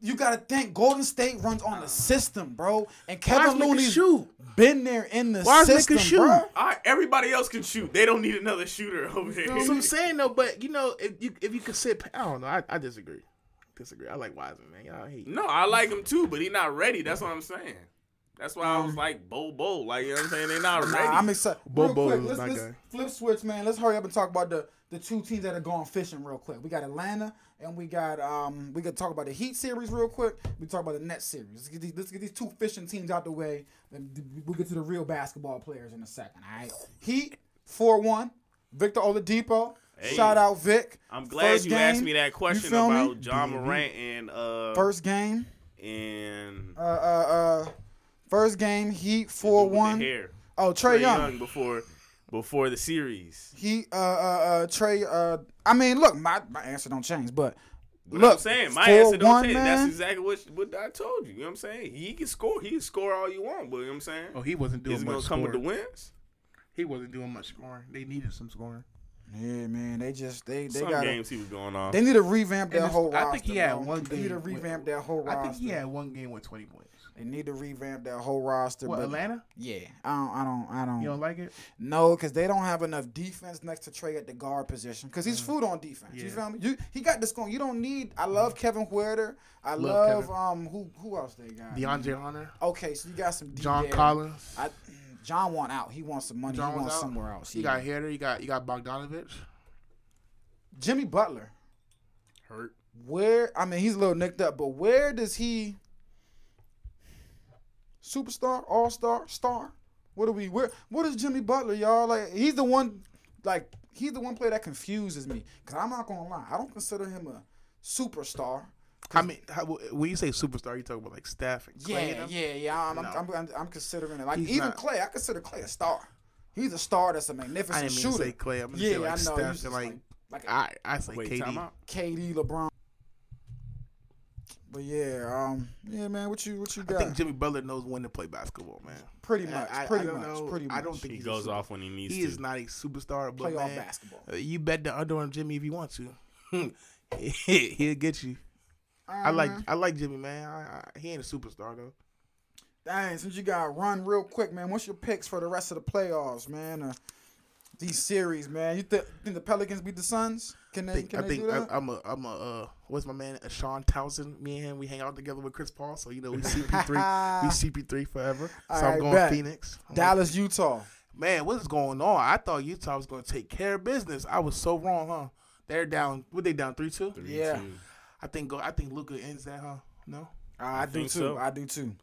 you gotta think Golden State runs on the system, bro. And Kevin Wiseman can Looney's shoot. been there in the Wiseman can system, shoot. bro. All right, everybody else can shoot. They don't need another shooter over there. That's what I'm saying though. But you know, if you if you could sit, I don't know. I, I disagree. Disagree. I like Wiseman, man. Y'all hate. No, I like him too, but he's not ready. That's what I'm saying. That's why I was like Bo Bo. Like you know what I'm saying? They're not ready. Mm. Nah, I'm excited. Real Bobo quick, is let's, my let's guy. flip switch, man. Let's hurry up and talk about the the two teams that are going fishing real quick. We got Atlanta and we got um we could talk about the Heat series real quick. We talk about the Nets series. Let's get these, let's get these two fishing teams out the way. Then we'll get to the real basketball players in a second. All right. Heat four one. Victor Oladipo. Shout out Vic. I'm glad First you game, asked me that question feel me? about John Morant and uh First game. and Uh uh uh. First game. Heat four one. hair. Oh Trey Trae Young. Young before before the series. He uh uh uh Trey uh I mean look my, my answer don't change but Look, look I'm saying my answer don't 4-1, change. man. That's exactly what, what I told you. You know what I'm saying? He can score. He can score all you want, but you know what I'm saying? Oh, he wasn't doing Is it much gonna come with the scoring. wins? He wasn't doing much scoring. They needed some scoring. yeah man they just they they Some got games he was going off. they need to revamp And that it's- whole roster. I think he had bro. one They need to game with- revamp that whole roster. I think he had one game with 20 points. They need to revamp that whole roster. What but Atlanta? Yeah, I don't I don't I don't, You don't like it? no because they don't have enough defense next to Trey at the guard position because he's food on defense. You Mm. Yeah. Mm. feel me? You he got this going. You don't need. I love Kevin Huerter. I love, Love um who who else they got? DeAndre Hunter, Okay, so you got some D John there. Collins. I, John want out. He wants some money. John he was wants out. somewhere else. You Yeah. got Hader. You got you got Bogdanovich. Jimmy Butler. hurt. Where I mean, he's a little nicked up, but where does he? Superstar, all star, star. What do we? Where? What is Jimmy Butler, y'all? Like he's the one. Like he's the one player that confuses me. Cause I'm not gonna lie, I don't consider him a superstar. I mean, how, when you say superstar, you talk about like Steph and Clay. Yeah, and them? yeah, yeah. I'm, No. I'm, I'm, I'm considering it. Like He's even not- Clay, I consider Clay a star. He's a star. That's a magnificent I didn't mean shooter. to say Clay. I'm gonna yeah, say like I know. He's Steph just and like, like, like I I say Wait, time KD. out. KD, LeBron. But yeah, um, yeah, man, what you what you I got? think Jimmy Butler knows when to play basketball, man. pretty I- much, I- I pretty don't much, know. pretty much. I don't think He he's goes a, off when he needs He to. is not a superstar, but playoff man, basketball. uh, you bet the under on Jimmy if you want to. *laughs* He'll get you. I like Uh, Uh-huh. I like Jimmy, man. I, I, he ain't a superstar though. Dang, since you got to run real quick, man. What's your picks for the rest of the playoffs, man? Uh, These series, man. You thi- think the Pelicans beat the Suns? Can they? think, can I they think do I, that? I'm a I'm a uh, what's my man uh, Sean Towson. Me and him we hang out together with Chris Paul, so *laughs* you know we CP3 we CP3 forever. So All right, I'm going bet. Phoenix. I'm like, Dallas, Utah. man, what is going on? I thought Utah was going to take care of business. I was so wrong, huh? They're down. What they down three two? Yeah, I think go. I think Luca ends that, huh? No, Uh, I, do too. think so. I do too.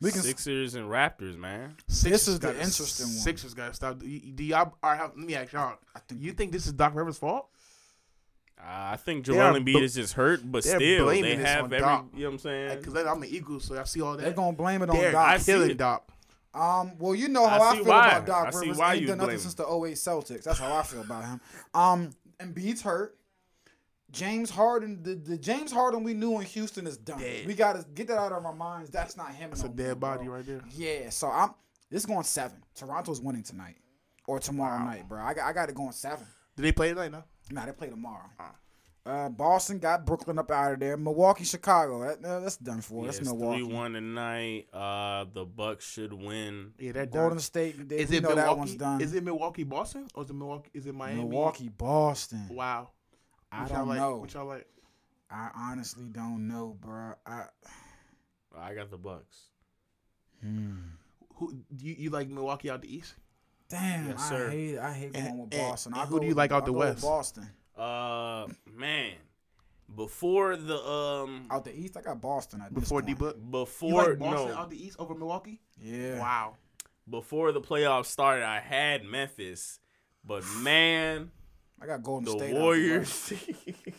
We can. Sixers and Raptors, man. Sixers is the gotta- interesting one. Sixers got to stop. Do y- do y'all? All right, let me ask y'all. think you think this is Doc Rivers' fault? I think They Joel are Embiid bl- is just hurt, but they're still they blaming this have on every. Doc. You know what I'm saying? Because I'm an Eagle, so I see all that. They're gonna blame it on They're Doc. see killing it. Doc. Um, well, you know I how I, see feel why. about Doc I see Rivers. why Ain't you done nothing blame him. since the 08 Celtics. That's how I feel about him. Um, Embiid's hurt. James Harden, the, the James Harden we knew in Houston is done. Dead. We gotta get that out of our minds. That's not him. It's a dead body right there. Yeah. So I'm. This is going seven. Toronto's winning tonight or tomorrow night, bro. I got I got it going seven. Did they play tonight? No. Nah, they play tomorrow. Ah. Uh, Boston got Brooklyn up out of there. Milwaukee, Chicago. That, uh, that's done for. Yes, that's Milwaukee. three one tonight. Uh, the Bucks should win. Yeah, they're done. Golden State. They, Is we it know Milwaukee? that one's done. Is it Milwaukee, Boston, or is it Milwaukee? Is it Miami? Milwaukee, Boston. Wow. I What y'all don't like? know. What y'all like? I honestly don't know, bro. I I got the Bucks. Hmm. Who do you, you like? Milwaukee out the East? damn, Yes, I sir. hate I hate going And- with and- Boston. and I who do you with- like out I the go with West? Boston. Uh, man, before the um, Out the East, I got Boston. At Before D this point. Book? You before like Boston no, out the East over Milwaukee? Yeah. Wow. before the playoffs started, I had Memphis, but man, I got Golden the State. out West. Warriors. *laughs*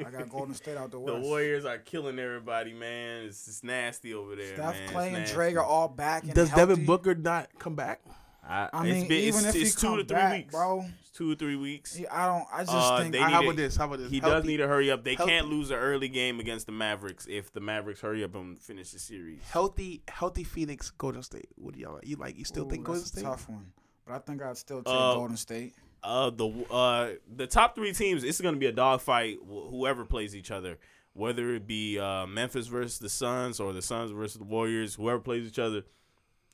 I got Golden State out the The West. Warriors are killing everybody, man. It's just nasty over there. Steph, man. It's Clay, and nasty. Dre are all back. And Does healthy. Devin Booker not come back? I, I mean, it's been, even it's, if it's he two come to three back, weeks, bro. It's two to three weeks. See, I don't. I just Uh, think. they I, need How to- about this? How about this? He does Healthy. need to hurry up. They can't healthy. lose an early game against the Mavericks if the Mavericks hurry up and finish the series. healthy, healthy Phoenix, Golden State. What do y'all like? You like? You still Ooh, think Golden that's a State? tough one, but I think I'd still take Uh, Golden State. Uh, the uh the top three teams. It's going to be a dogfight. Wh- whoever plays each other, whether it be uh, Memphis versus the Suns or the Suns versus the Warriors, whoever plays each other,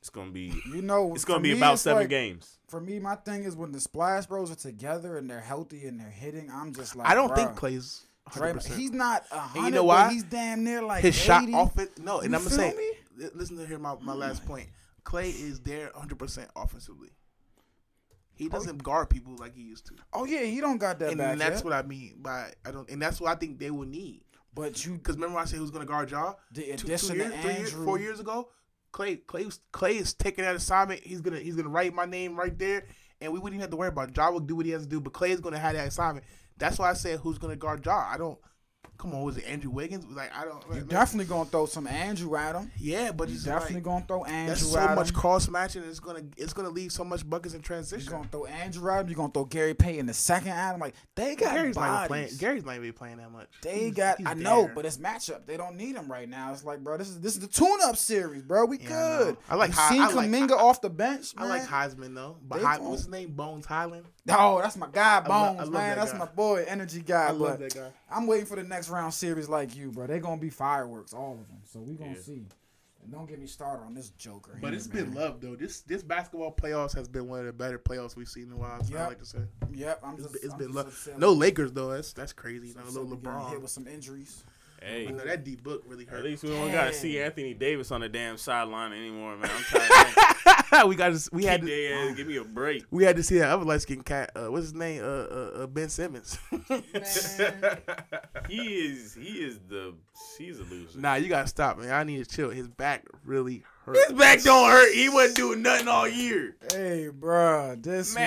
it's going to be You know, it's for going to be me, about it's seven like- games. For me, my thing is when the Splash Bros are together and they're healthy and they're hitting. I'm just like, I don't bruh. think Clay's. 100%. Draymond, he's not a you hundred. know But why? he's damn near like his shot 80. offense. No, and You I'm gonna feel say, me? li- listen to hear my, my last point. Clay is there 100 percent offensively. He doesn't guard people like he used to, Oh yeah, he don't got that and back that's yet. what I mean by I don't, and that's what I think they will need. but you, Because remember I said who's gonna guard y'all? The Two- two addition of years, three years, Andrew. four years ago, Clay Clay was- Clay is taking that assignment. He's gonna he's gonna write my name right there, and we wouldn't even have to worry about it. Ja will do what he has to do, but Clay is gonna have that assignment. That's why I said who's gonna guard Ja. I don't. Come on, was it Andrew Wiggins? Like I don't. you definitely gonna throw some Andrew at him. yeah, but You it's definitely like, gonna throw Andrew that's so at much him. cross matching. It's gonna it's gonna leave so much buckets in You're transition. gonna throw Andrew at him. You're gonna throw Gary Payton the second at him. Like they got Gary's not even playing. bodies. Gary's not even playing that much. They He's- got. he's I know, there. but it's matchup. They don't need him right now. It's like, bro, this is this is the tune-up series, bro. We I good. know. I like You how- seen I like- Kaminga off the bench. I man. like Heisman though. But They Hei- gon- what's his name? Bones Highland. Oh, that's my guy, Bones, love- I love man. that That's guy. my boy, energy guy. I love but that guy. I'm waiting for the next round series like you, bro. They're gonna be fireworks, all of them. So we gonna see. And don't get me started on this Joker. But here, it's been man. love though. This this basketball playoffs has been one of the better playoffs we've seen in a while. So I Yep. like to say Yep, I'm it's just. been, it's I'm been just love. upset. No Lakers though. That's that's crazy. No I'm upset little we getting hit LeBron. with some injuries. Hey, You know that D book really at hurt. least we don't got to Dang. see Anthony Davis on the damn sideline anymore, *laughs* man. I'm tired. *laughs* we got to, we Keep had to, their ass, give me a break. we had to see that other light skinned cat. Uh, what's his name? Uh, uh, uh Ben *laughs* Simmons. He is he is the he's a loser. nah, you gotta stop, man. I need to chill. His back really hurt. His back don't hurt. He wasn't doing nothing all year. Hey, bro, this man,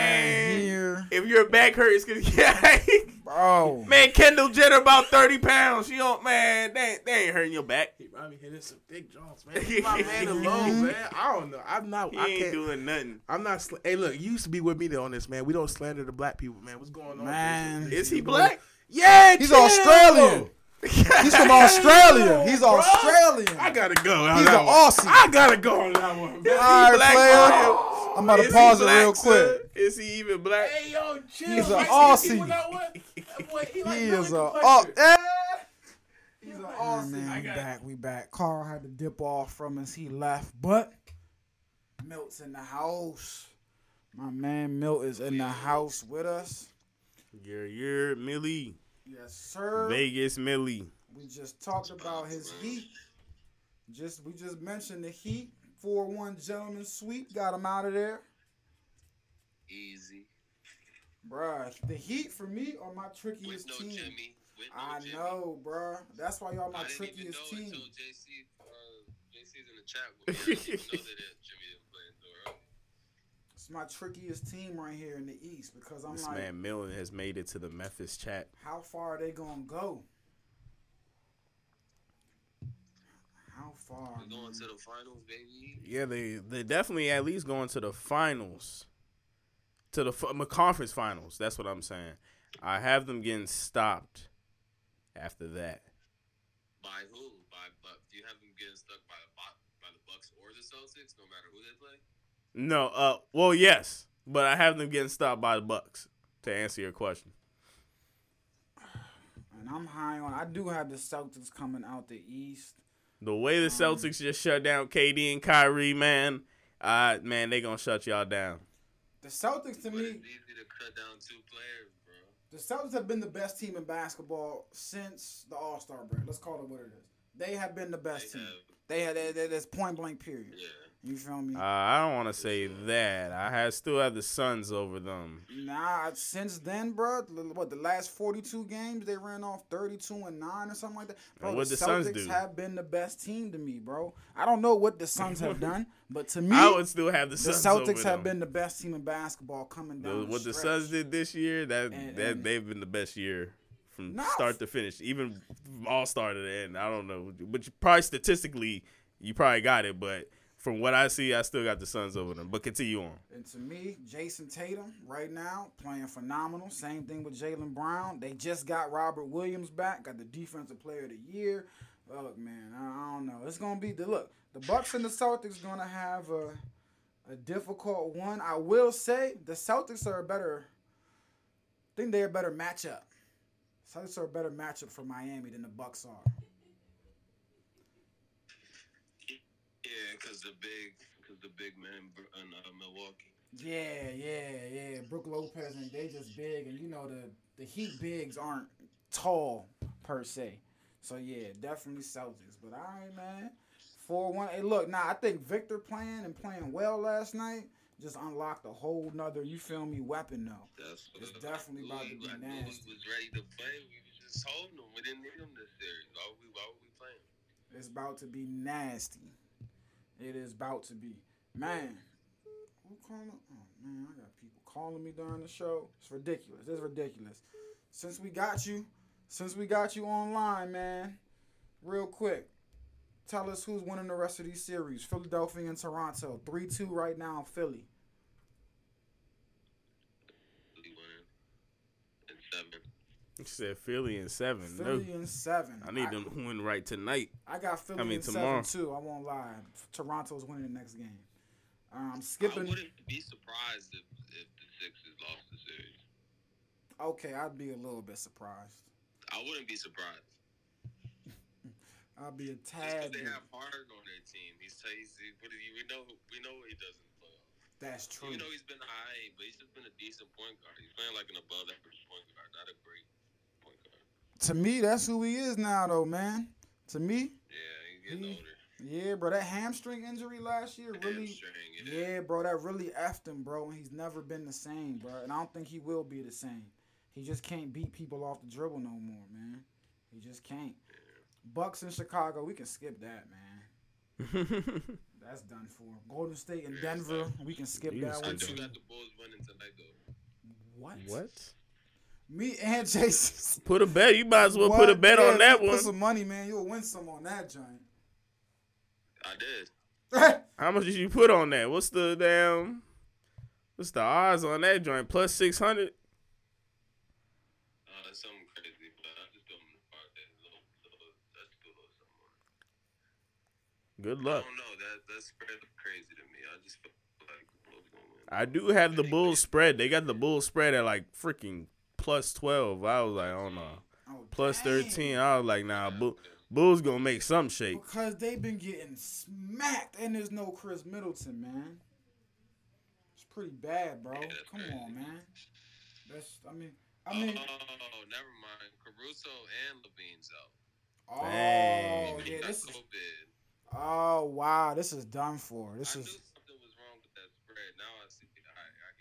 Man. here, If your back hurts, cause *laughs* yeah, bro. man, Kendall Jenner about thirty pounds. She don't man, they, they ain't hurting your back. He probably hitting some big jumps, man. Leave my *laughs* man alone, man. I don't know. I'm not. He I ain't can't. doing nothing. I'm not. Sl- hey, look, you used to be with me there on this, man. We don't slander the black people, man. What's going on? Man. Is he black? Yeah, He's chill. Australian. He's from Australia. He's Bro. Australian. I gotta go. on He's that an one. Aussie. I gotta go on that one. man. all black, right, player. I'm about to Is pause he it black, real sir? quick. Is he even black? Hey, yo, chill. He's an Like, Aussie. people know what? That boy, He He is a. Oh, complexion. eh. He's an Oh, Aussie. man, I we got- back, we back. Carl had to dip off from us. He left, but Milt's in the house. My man Milt is in the house with us. Year, year, Millie. Yes, sir. Vegas, Millie. We just talked about his heat. Just we just mentioned the heat. Four one gentleman sweep got him out of there. Easy. Bruh, the Heat for me are my With trickiest no team. Jimmy. With no I Jimmy. know, bruh. That's why y'all my I didn't even trickiest know team. until JC, uh, JC's in the chat with me. I didn't even know that uh, Jimmy didn't play so early. It's my trickiest team right here in the East because I'm This like, man Millen has made it to the Memphis chat. how far are they gonna go? How far? We're going man? to the finals, baby. Yeah, they they definitely at least going to the finals, to the fi- conference finals. That's what I'm saying. I have them getting stopped after that. By who? By Buck? Do you have them getting stuck by the Buc- by the Bucks or the Celtics? No matter who they play. No, uh, well, yes, but I have them getting stopped by the Bucks. To answer your question, and I'm high on. I do have the Celtics coming out the East. the way the Celtics just shut down KD and Kyrie, man, uh, man, they gonna shut y'all down. The Celtics to But me, it's easy to cut down two players, bro. the Celtics have been the best team in basketball since the All Star break. Let's call it what it is. They have been the best They team. have. They had they, they, that's point blank period. Yeah. You feel me? Uh, I don't want to say that. I have still have the Suns over them. Nah, since then, bro, what the last forty-two games they ran off thirty-two and nine or something like that. Bro, And what the the Suns Celtics do? have been the best team to me, bro. I don't know what the *laughs* Suns have done, but to me, I would still have the, the Suns. over Celtics have them. been the best team in basketball coming The- down. what the stretch. Suns did this year, that And- that and- they've been the best year from Nah. start to finish, even all star to the end. I don't know, but you probably statistically, you probably got it, but from what I see, I still got the Suns over them. But continue on. And to me, Jason Tatum right now playing phenomenal. Same thing with Jalen Brown. They just got Robert Williams back. Got the defensive player of the year. Look, man, I, I don't know. It's gonna be the look. The Bucks and the Celtics gonna have a a difficult one. I will say the Celtics are a better. I think they're a better matchup. Celtics are a better matchup for Miami than the Bucks are. Yeah, cause the big, cause the big man br- in uh, Milwaukee. Yeah, yeah, yeah. Brooke Lopez and they just big, and you know the the Heat bigs aren't tall per se. So yeah, definitely Celtics. But all right, man, four one. Hey, look, now I think Victor playing and playing well last night just unlocked a whole nother. You feel me? Weapon though. That's It's what- definitely about to we- be I knew nasty. We was ready to play. We was just holding them. We didn't need them this series. Why were we? Why were we playing? It's about to be nasty. It is about to be, man. Who calling? Oh man, I got people calling me during the show. It's ridiculous. It's ridiculous. Since we got you, since we got you online, man. Real quick, tell us who's winning the rest of these series. Philadelphia and Toronto, three two right now. Philly. We winning in seven. You said Philly and seven. No. Philly and seven. I need them to win right tonight. I, got Philly I mean, and tomorrow. seven too. I won't lie. Toronto's winning the next game. Um, I skipping. wouldn't be surprised if if the Sixers lost the series. Okay, I'd be a little bit surprised. I wouldn't be surprised. I'll be a Just 'cause tad. they bit- have Harden on their team. He's, he's he, what do you, we know we know what he does in the playoffs. That's true. You know he's been high, but he's just been a decent point guard. He's playing like an above average point guard, not a great point guard. To me, that's who he is now, though, man. To me, Yeah, he's He- getting older. yeah, bro. That hamstring injury last year really, Hamstring, yeah. yeah, bro. That really effed him, bro. And he's never been the same, bro. And I don't think he will be the same. He just can't beat people off the dribble no more, man. He just can't. Bucks in Chicago, we can skip that, man. That's done for. Golden State and Denver, we can skip You can that skip I one do too. got the Bulls winning tonight though. What? what? Me and Jason. Put a bet. You might as well put a What? bet Yeah, on that put one. some money, man. You'll win some on that *laughs* giant. I did. How much did you put on that? What's the damn? What's the odds on that joint? Plus six hundred. Uh, it's something crazy, but I just don't know. about that little, little, that's a little something. Good I luck. don't know. That that spread looked crazy to me. I just felt like the Bulls gonna win. I do have the Bulls spread. They got the Bulls spread at like freaking plus twelve. I was like, oh no, Oh, plus dang. thirteen. I was like, nah, Bull, Bulls gonna make some shake. Because they've been getting smacked, and there's no Chris Middleton, man. It's pretty bad, bro. Yeah, that's Come crazy. on, man. That's I mean I mean oh, never mind. Caruso and Levine's out. oh Dang. yeah, Got this is COVID. oh wow, this is done for. This I is knew something was wrong with that spread. Now I see. I, I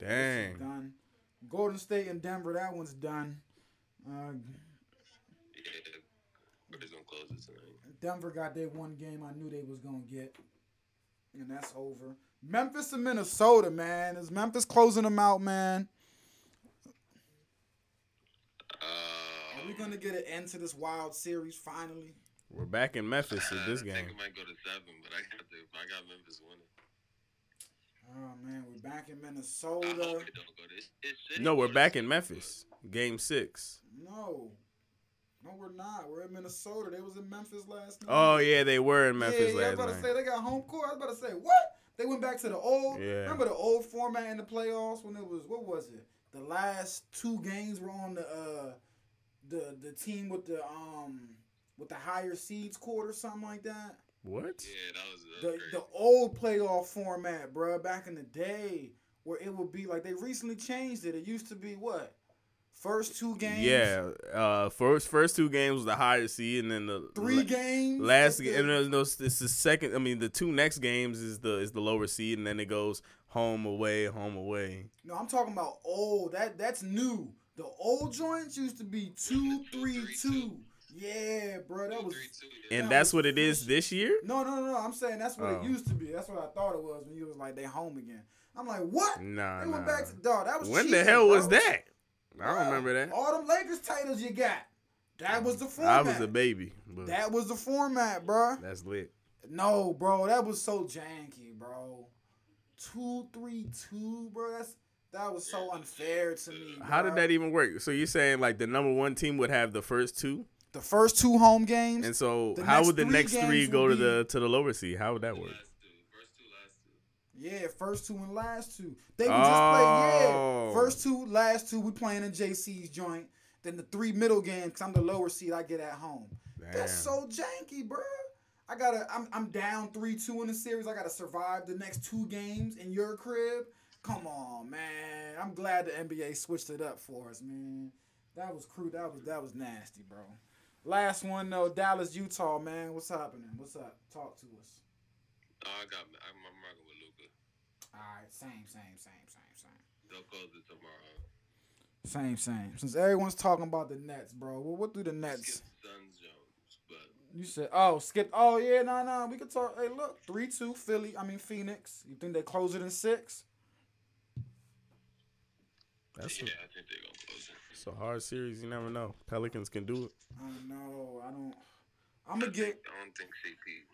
get This is it. Never mind. Yeah, that's nothing. Dang. done. Golden State and Denver, that one's done. Uh, Yeah. We're just gonna close it tonight. Denver got their one game I knew they was gonna get, and that's over. Memphis and Minnesota, man, is Memphis closing them out, man? Are we Um, gonna get an end to this wild series finally? We're back in Memphis at this I think game. it might go to seven, but I got the, I got Memphis winning. Oh man, we're back in I Minnesota. hope it don't go to. It, it shouldn't No, go we're to back in seven, Memphis. Game six. No, no, we're not. We're in Minnesota. They was in Memphis last night. Oh yeah, they were in Memphis yeah, yeah, I was about last to night. say they got home court. I was about to say what? They went back to the old. Yeah. Remember the old format in the playoffs when it was what was it? The last two games were on the uh, the the team with the um with the higher seeds court or something like that. What? but- Yeah, that was, that The was the crazy. old playoff format, bruh, back in the day where it would be like they recently changed it. It used to be what first two games, Yeah. Uh, first first two games was the higher seed, and then the three la- games, Last Like game, the- and then those it's the second. I mean, the two next games is the is the lower seed, and then it goes home away, home away. No, I'm talking about old. That that's new. The old joints used to be two, three, two. Yeah, bro, that was. Three, two, yeah. And That that's was what it is fish. this year. No, no, no, no. I'm saying that's what Oh. it used to be. That's what I thought it was when you was like they home again. I'm like, what? Nah, they nah. went back to dog. That was. When the cheating, hell bro. was that? I don't Bruh, remember that. All them Lakers titles you got. That was the format. I was a baby, but That was the format, bro. that's lit. No, bro, that was so janky, bro. Two, three, two, bro. That's that was so unfair to me. How did bruh. that even work? So you're saying like the number one team would have the first two, the first two home games. and so The how next would the three next three games go to would the to the lower seed? How would that work? Last two, first two, last two. yeah, first two and last two. They would just play. Oh. Yeah, first two, last two. We playing in JC's joint. Then the three middle games. Cause I'm the lower seed. I get at home. Damn. That's so janky, bruh. I gotta. I'm I'm down three two in the series. I gotta survive the next two games in your crib. Come on, man. I'm glad the NBA switched it up for us, man. That was crude. That was that was nasty, bro. Last one though, Dallas, Utah, man. What's happening? What's up? Talk to us. No, I got. I'm, I'm rocking with Luca. All right, same, same, same, same, same. They'll close it tomorrow. Same, same. Since everyone's talking about the Nets, bro. Well, what do the Nets? Skip Suns Jones, but You said, oh, skip. Oh yeah, no, no. We could talk. Hey, look, three two Philly. I mean Phoenix. You think they close it in six? That's a, yeah, I think they're gonna close it. it's a hard series. You never know. Pelicans can do it. I don't know. I don't. I'm gonna get I don't think CP.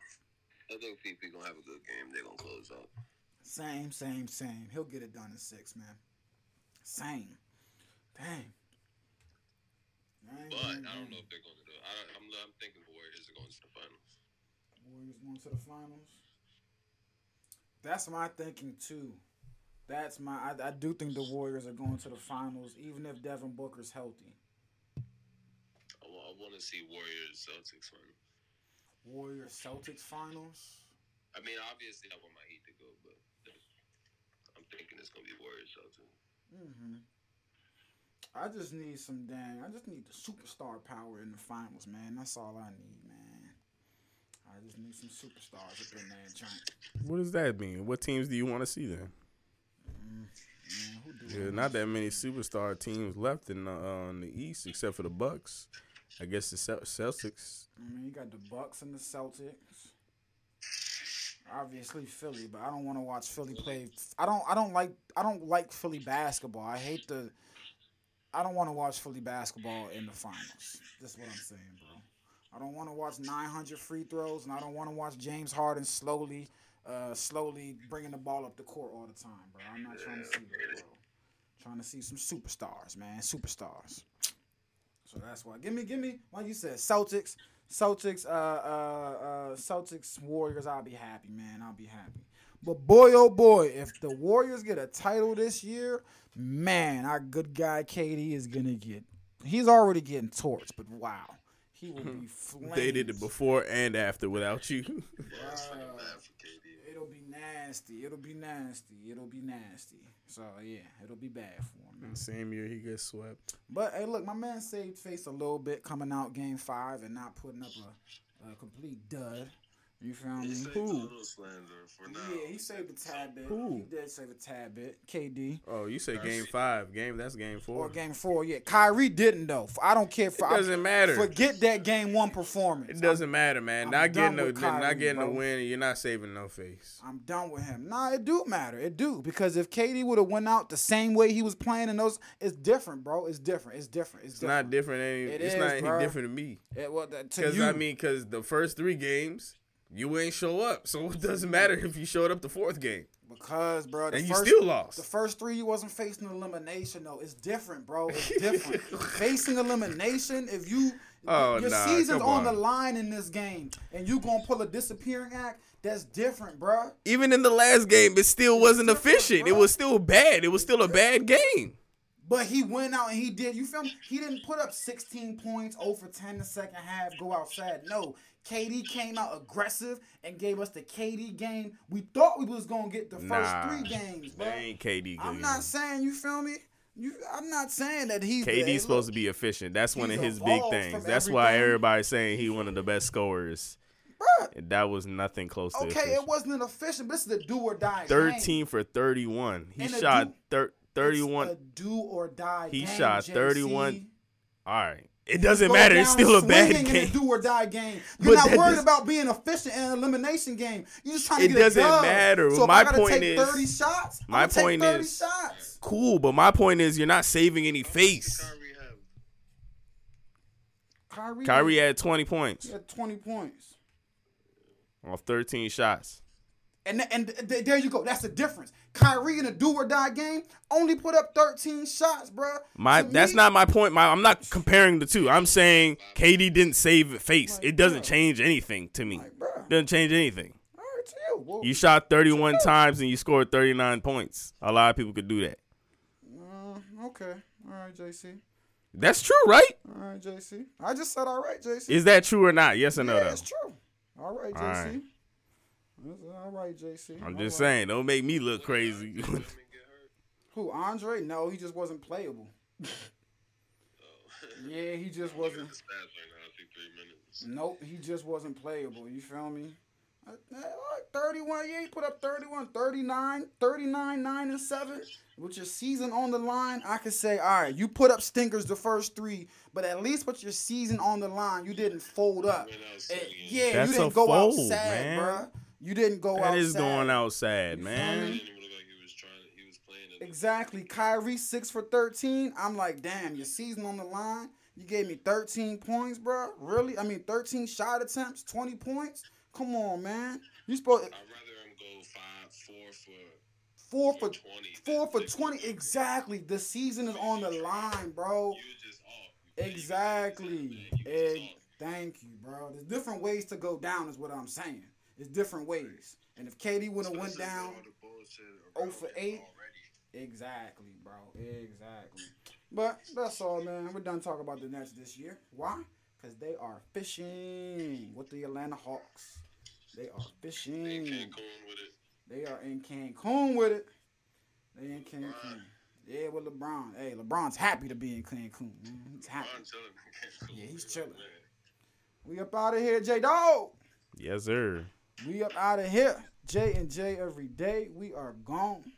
I think CP gonna have a good game. They're gonna close out. same, same, same. He'll get it done in six, man. Same. Dang. Dang, But dang, I don't dang. know if they're gonna do it. I, don't- I'm, I'm thinking the Warriors are going to the finals. Warriors going to the finals. That's my thinking too. That's my. I, I do think the Warriors are going to the finals, even if Devin Booker's healthy. I, wa- I want to see Warriors Celtics one. Warriors Celtics finals. I mean, obviously, I want my Heat to go, but I'm thinking it's gonna be Warriors Celtics. hmm I just need some dang. I just need the superstar power in the finals, man. That's all I need, man. I just need some superstars up in there, giant. What does that mean? What teams do you want to see then? Man, who do Yeah, it? not that many superstar teams left in the, uh, in the East except for the Bucks. I guess the Cel- Celtics. I mean, you got the Bucks and the Celtics. Obviously Philly, but I don't want to watch Philly play. I don't. I don't like. I don't like Philly basketball. I hate the. I don't want to watch Philly basketball in the finals. That's what I'm saying, bro. I don't want to watch 900 free throws, and I don't want to watch James Harden slowly, uh, slowly bringing the ball up the court all the time, bro. I'm not trying to see that, bro. Trying to see some superstars, man. Superstars. So that's why. Give me, give me. Like you said, Celtics, Celtics, uh, uh, uh, Celtics, Warriors. I'll be happy, man. I'll be happy. But boy, oh boy, if the Warriors get a title this year, man, our good guy KD is gonna get. He's already getting torched, but wow, he will be flamed. *laughs* They did it before and after without you. Well, it's fucking bad for KD. It it'll be nasty. It'll be nasty. It'll be nasty. So yeah, it'll be bad for him. And same year he gets swept. But hey, look, my man saved face a little bit coming out game five and not putting up a, a complete dud. You feel He me? saved a little slander for now. Yeah, he saved a tad bit. He Who? did save a tad bit. KD. Oh, you say game five. Game that's game four. Or game four, yeah. Kyrie didn't though. I don't care. For, It doesn't matter. Forget that game one performance. It doesn't matter, man. I'm not done getting a with Kyrie, not getting bro. a win, and you're not saving no face. I'm done with him. Nah, it do matter. It do because if KD would have went out the same way he was playing in those, it's different, bro. It's different. It's different. It's, It's not different. Any, It it's is, not any bro. different to me. It, well, that- to Because you, I mean, because the first three games you ain't show up, so it doesn't matter if you showed up the fourth game. because bro, the And you first, still lost. The first three, you wasn't facing elimination though. It's different, *laughs* bro. It's different. facing elimination, if you Oh, your nah, season's come on the on. line in this game, and you gonna pull a disappearing act, that's different, bro. Even in the last game, it still wasn't efficient. It was still bad. It was still a bad game. But he went out and he did. You feel me? He didn't put up 16 points, over 10 the second half, go outside. No, KD came out aggressive and gave us the KD game. We thought we was gonna get the first Nah, three games, bro. That ain't KD. I'm game. not saying you feel me. You, I'm not saying that he's KD's look, supposed to be efficient. That's one he's of his big evolved things. from That's why everything. everybody's saying he one of the best scorers. Bruh. And that was nothing close to Okay, efficient. it wasn't an efficient, but this is a do or die. game. 13 for 31. He And a shot dude- thir- It's a 31. do or die. He game, shot JC. 31. All right. It doesn't Go matter. It's down still a bad swinging In a *laughs* game. do or die game. You're But not that worried does- about being efficient in an elimination game. You're just trying to It get doesn't a dub. matter. So if My I gotta point take is- 30 shots. my I'm gonna point take 30 is- shots. Cool, but my point is you're not saving any face. Kyrie have? Kyrie, Kyrie had 20 points had 20 points. off 13 shots. And, and th- there you go. That's the difference. Kyrie in a do or die game only put up 13 shots, bruh. My To that's me- not my point. My I'm not comparing the two. I'm saying KD didn't save face. It doesn't change anything to me. bruh. Doesn't change anything. All right, to you. Well, You shot 31 times and you scored 39 points. A lot of people could do that. uh, okay. All right, JC. That's true, right? All right, JC. I just said all right, JC. Is that true or not? Yes or no? yeah, Though it's true. All right, All JC. right. It's All right, JC. I'm All just right. saying. Don't make me look crazy. *laughs* Women get hurt. Who Andre? No, he just wasn't playable. Oh. *laughs* Yeah, he just Look at wasn't. Mm-hmm. the stats right now. It'll be three minutes. Nope, he just wasn't playable. You feel me? Uh, uh, like 31, yeah, he put up 31, 39, 39, 9, and 7. With your season on the line, I could say, all right, you put up stinkers the first three, but at least with your season on the line, you didn't fold up. Went out And, swinging. yeah, That's you a didn't go fold, outside, man. bruh. You didn't go outside. That is going outside, man. It didn't even look like he was trying. He was playing. It. Exactly. Kyrie six for thirteen. I'm like, damn, your season on the line. You gave me 13 points, bro. Really? I mean, 13 shot attempts, 20 points. Come on, man. You supposed I'd rather him go five, four for four for 20, four then for six 20. Exactly. The season is on the line, bro. You just off. You played Exactly. good, man. You Egg. was off. Thank you, bro. There's different ways to go down, is what I'm saying. It's different ways. And if KD would have went Especially down, with all the bullshit oh around for him eight. already. Exactly, bro. Exactly. But that's all, man. We're done talking about the Nets this year. Why? Because they are fishing with the Atlanta Hawks. They are They fishing. can't go in with it. They are in Cancun with it. They in Cancun. Yeah, with LeBron. Hey, LeBron's happy to be in Cancun. Man. He's happy. LeBron chilling. They can't go Mm. Yeah, in he's with it, chilling. man. We up out of here, J Dog. Yes, sir. We up out of here. J and J every day. We are gone.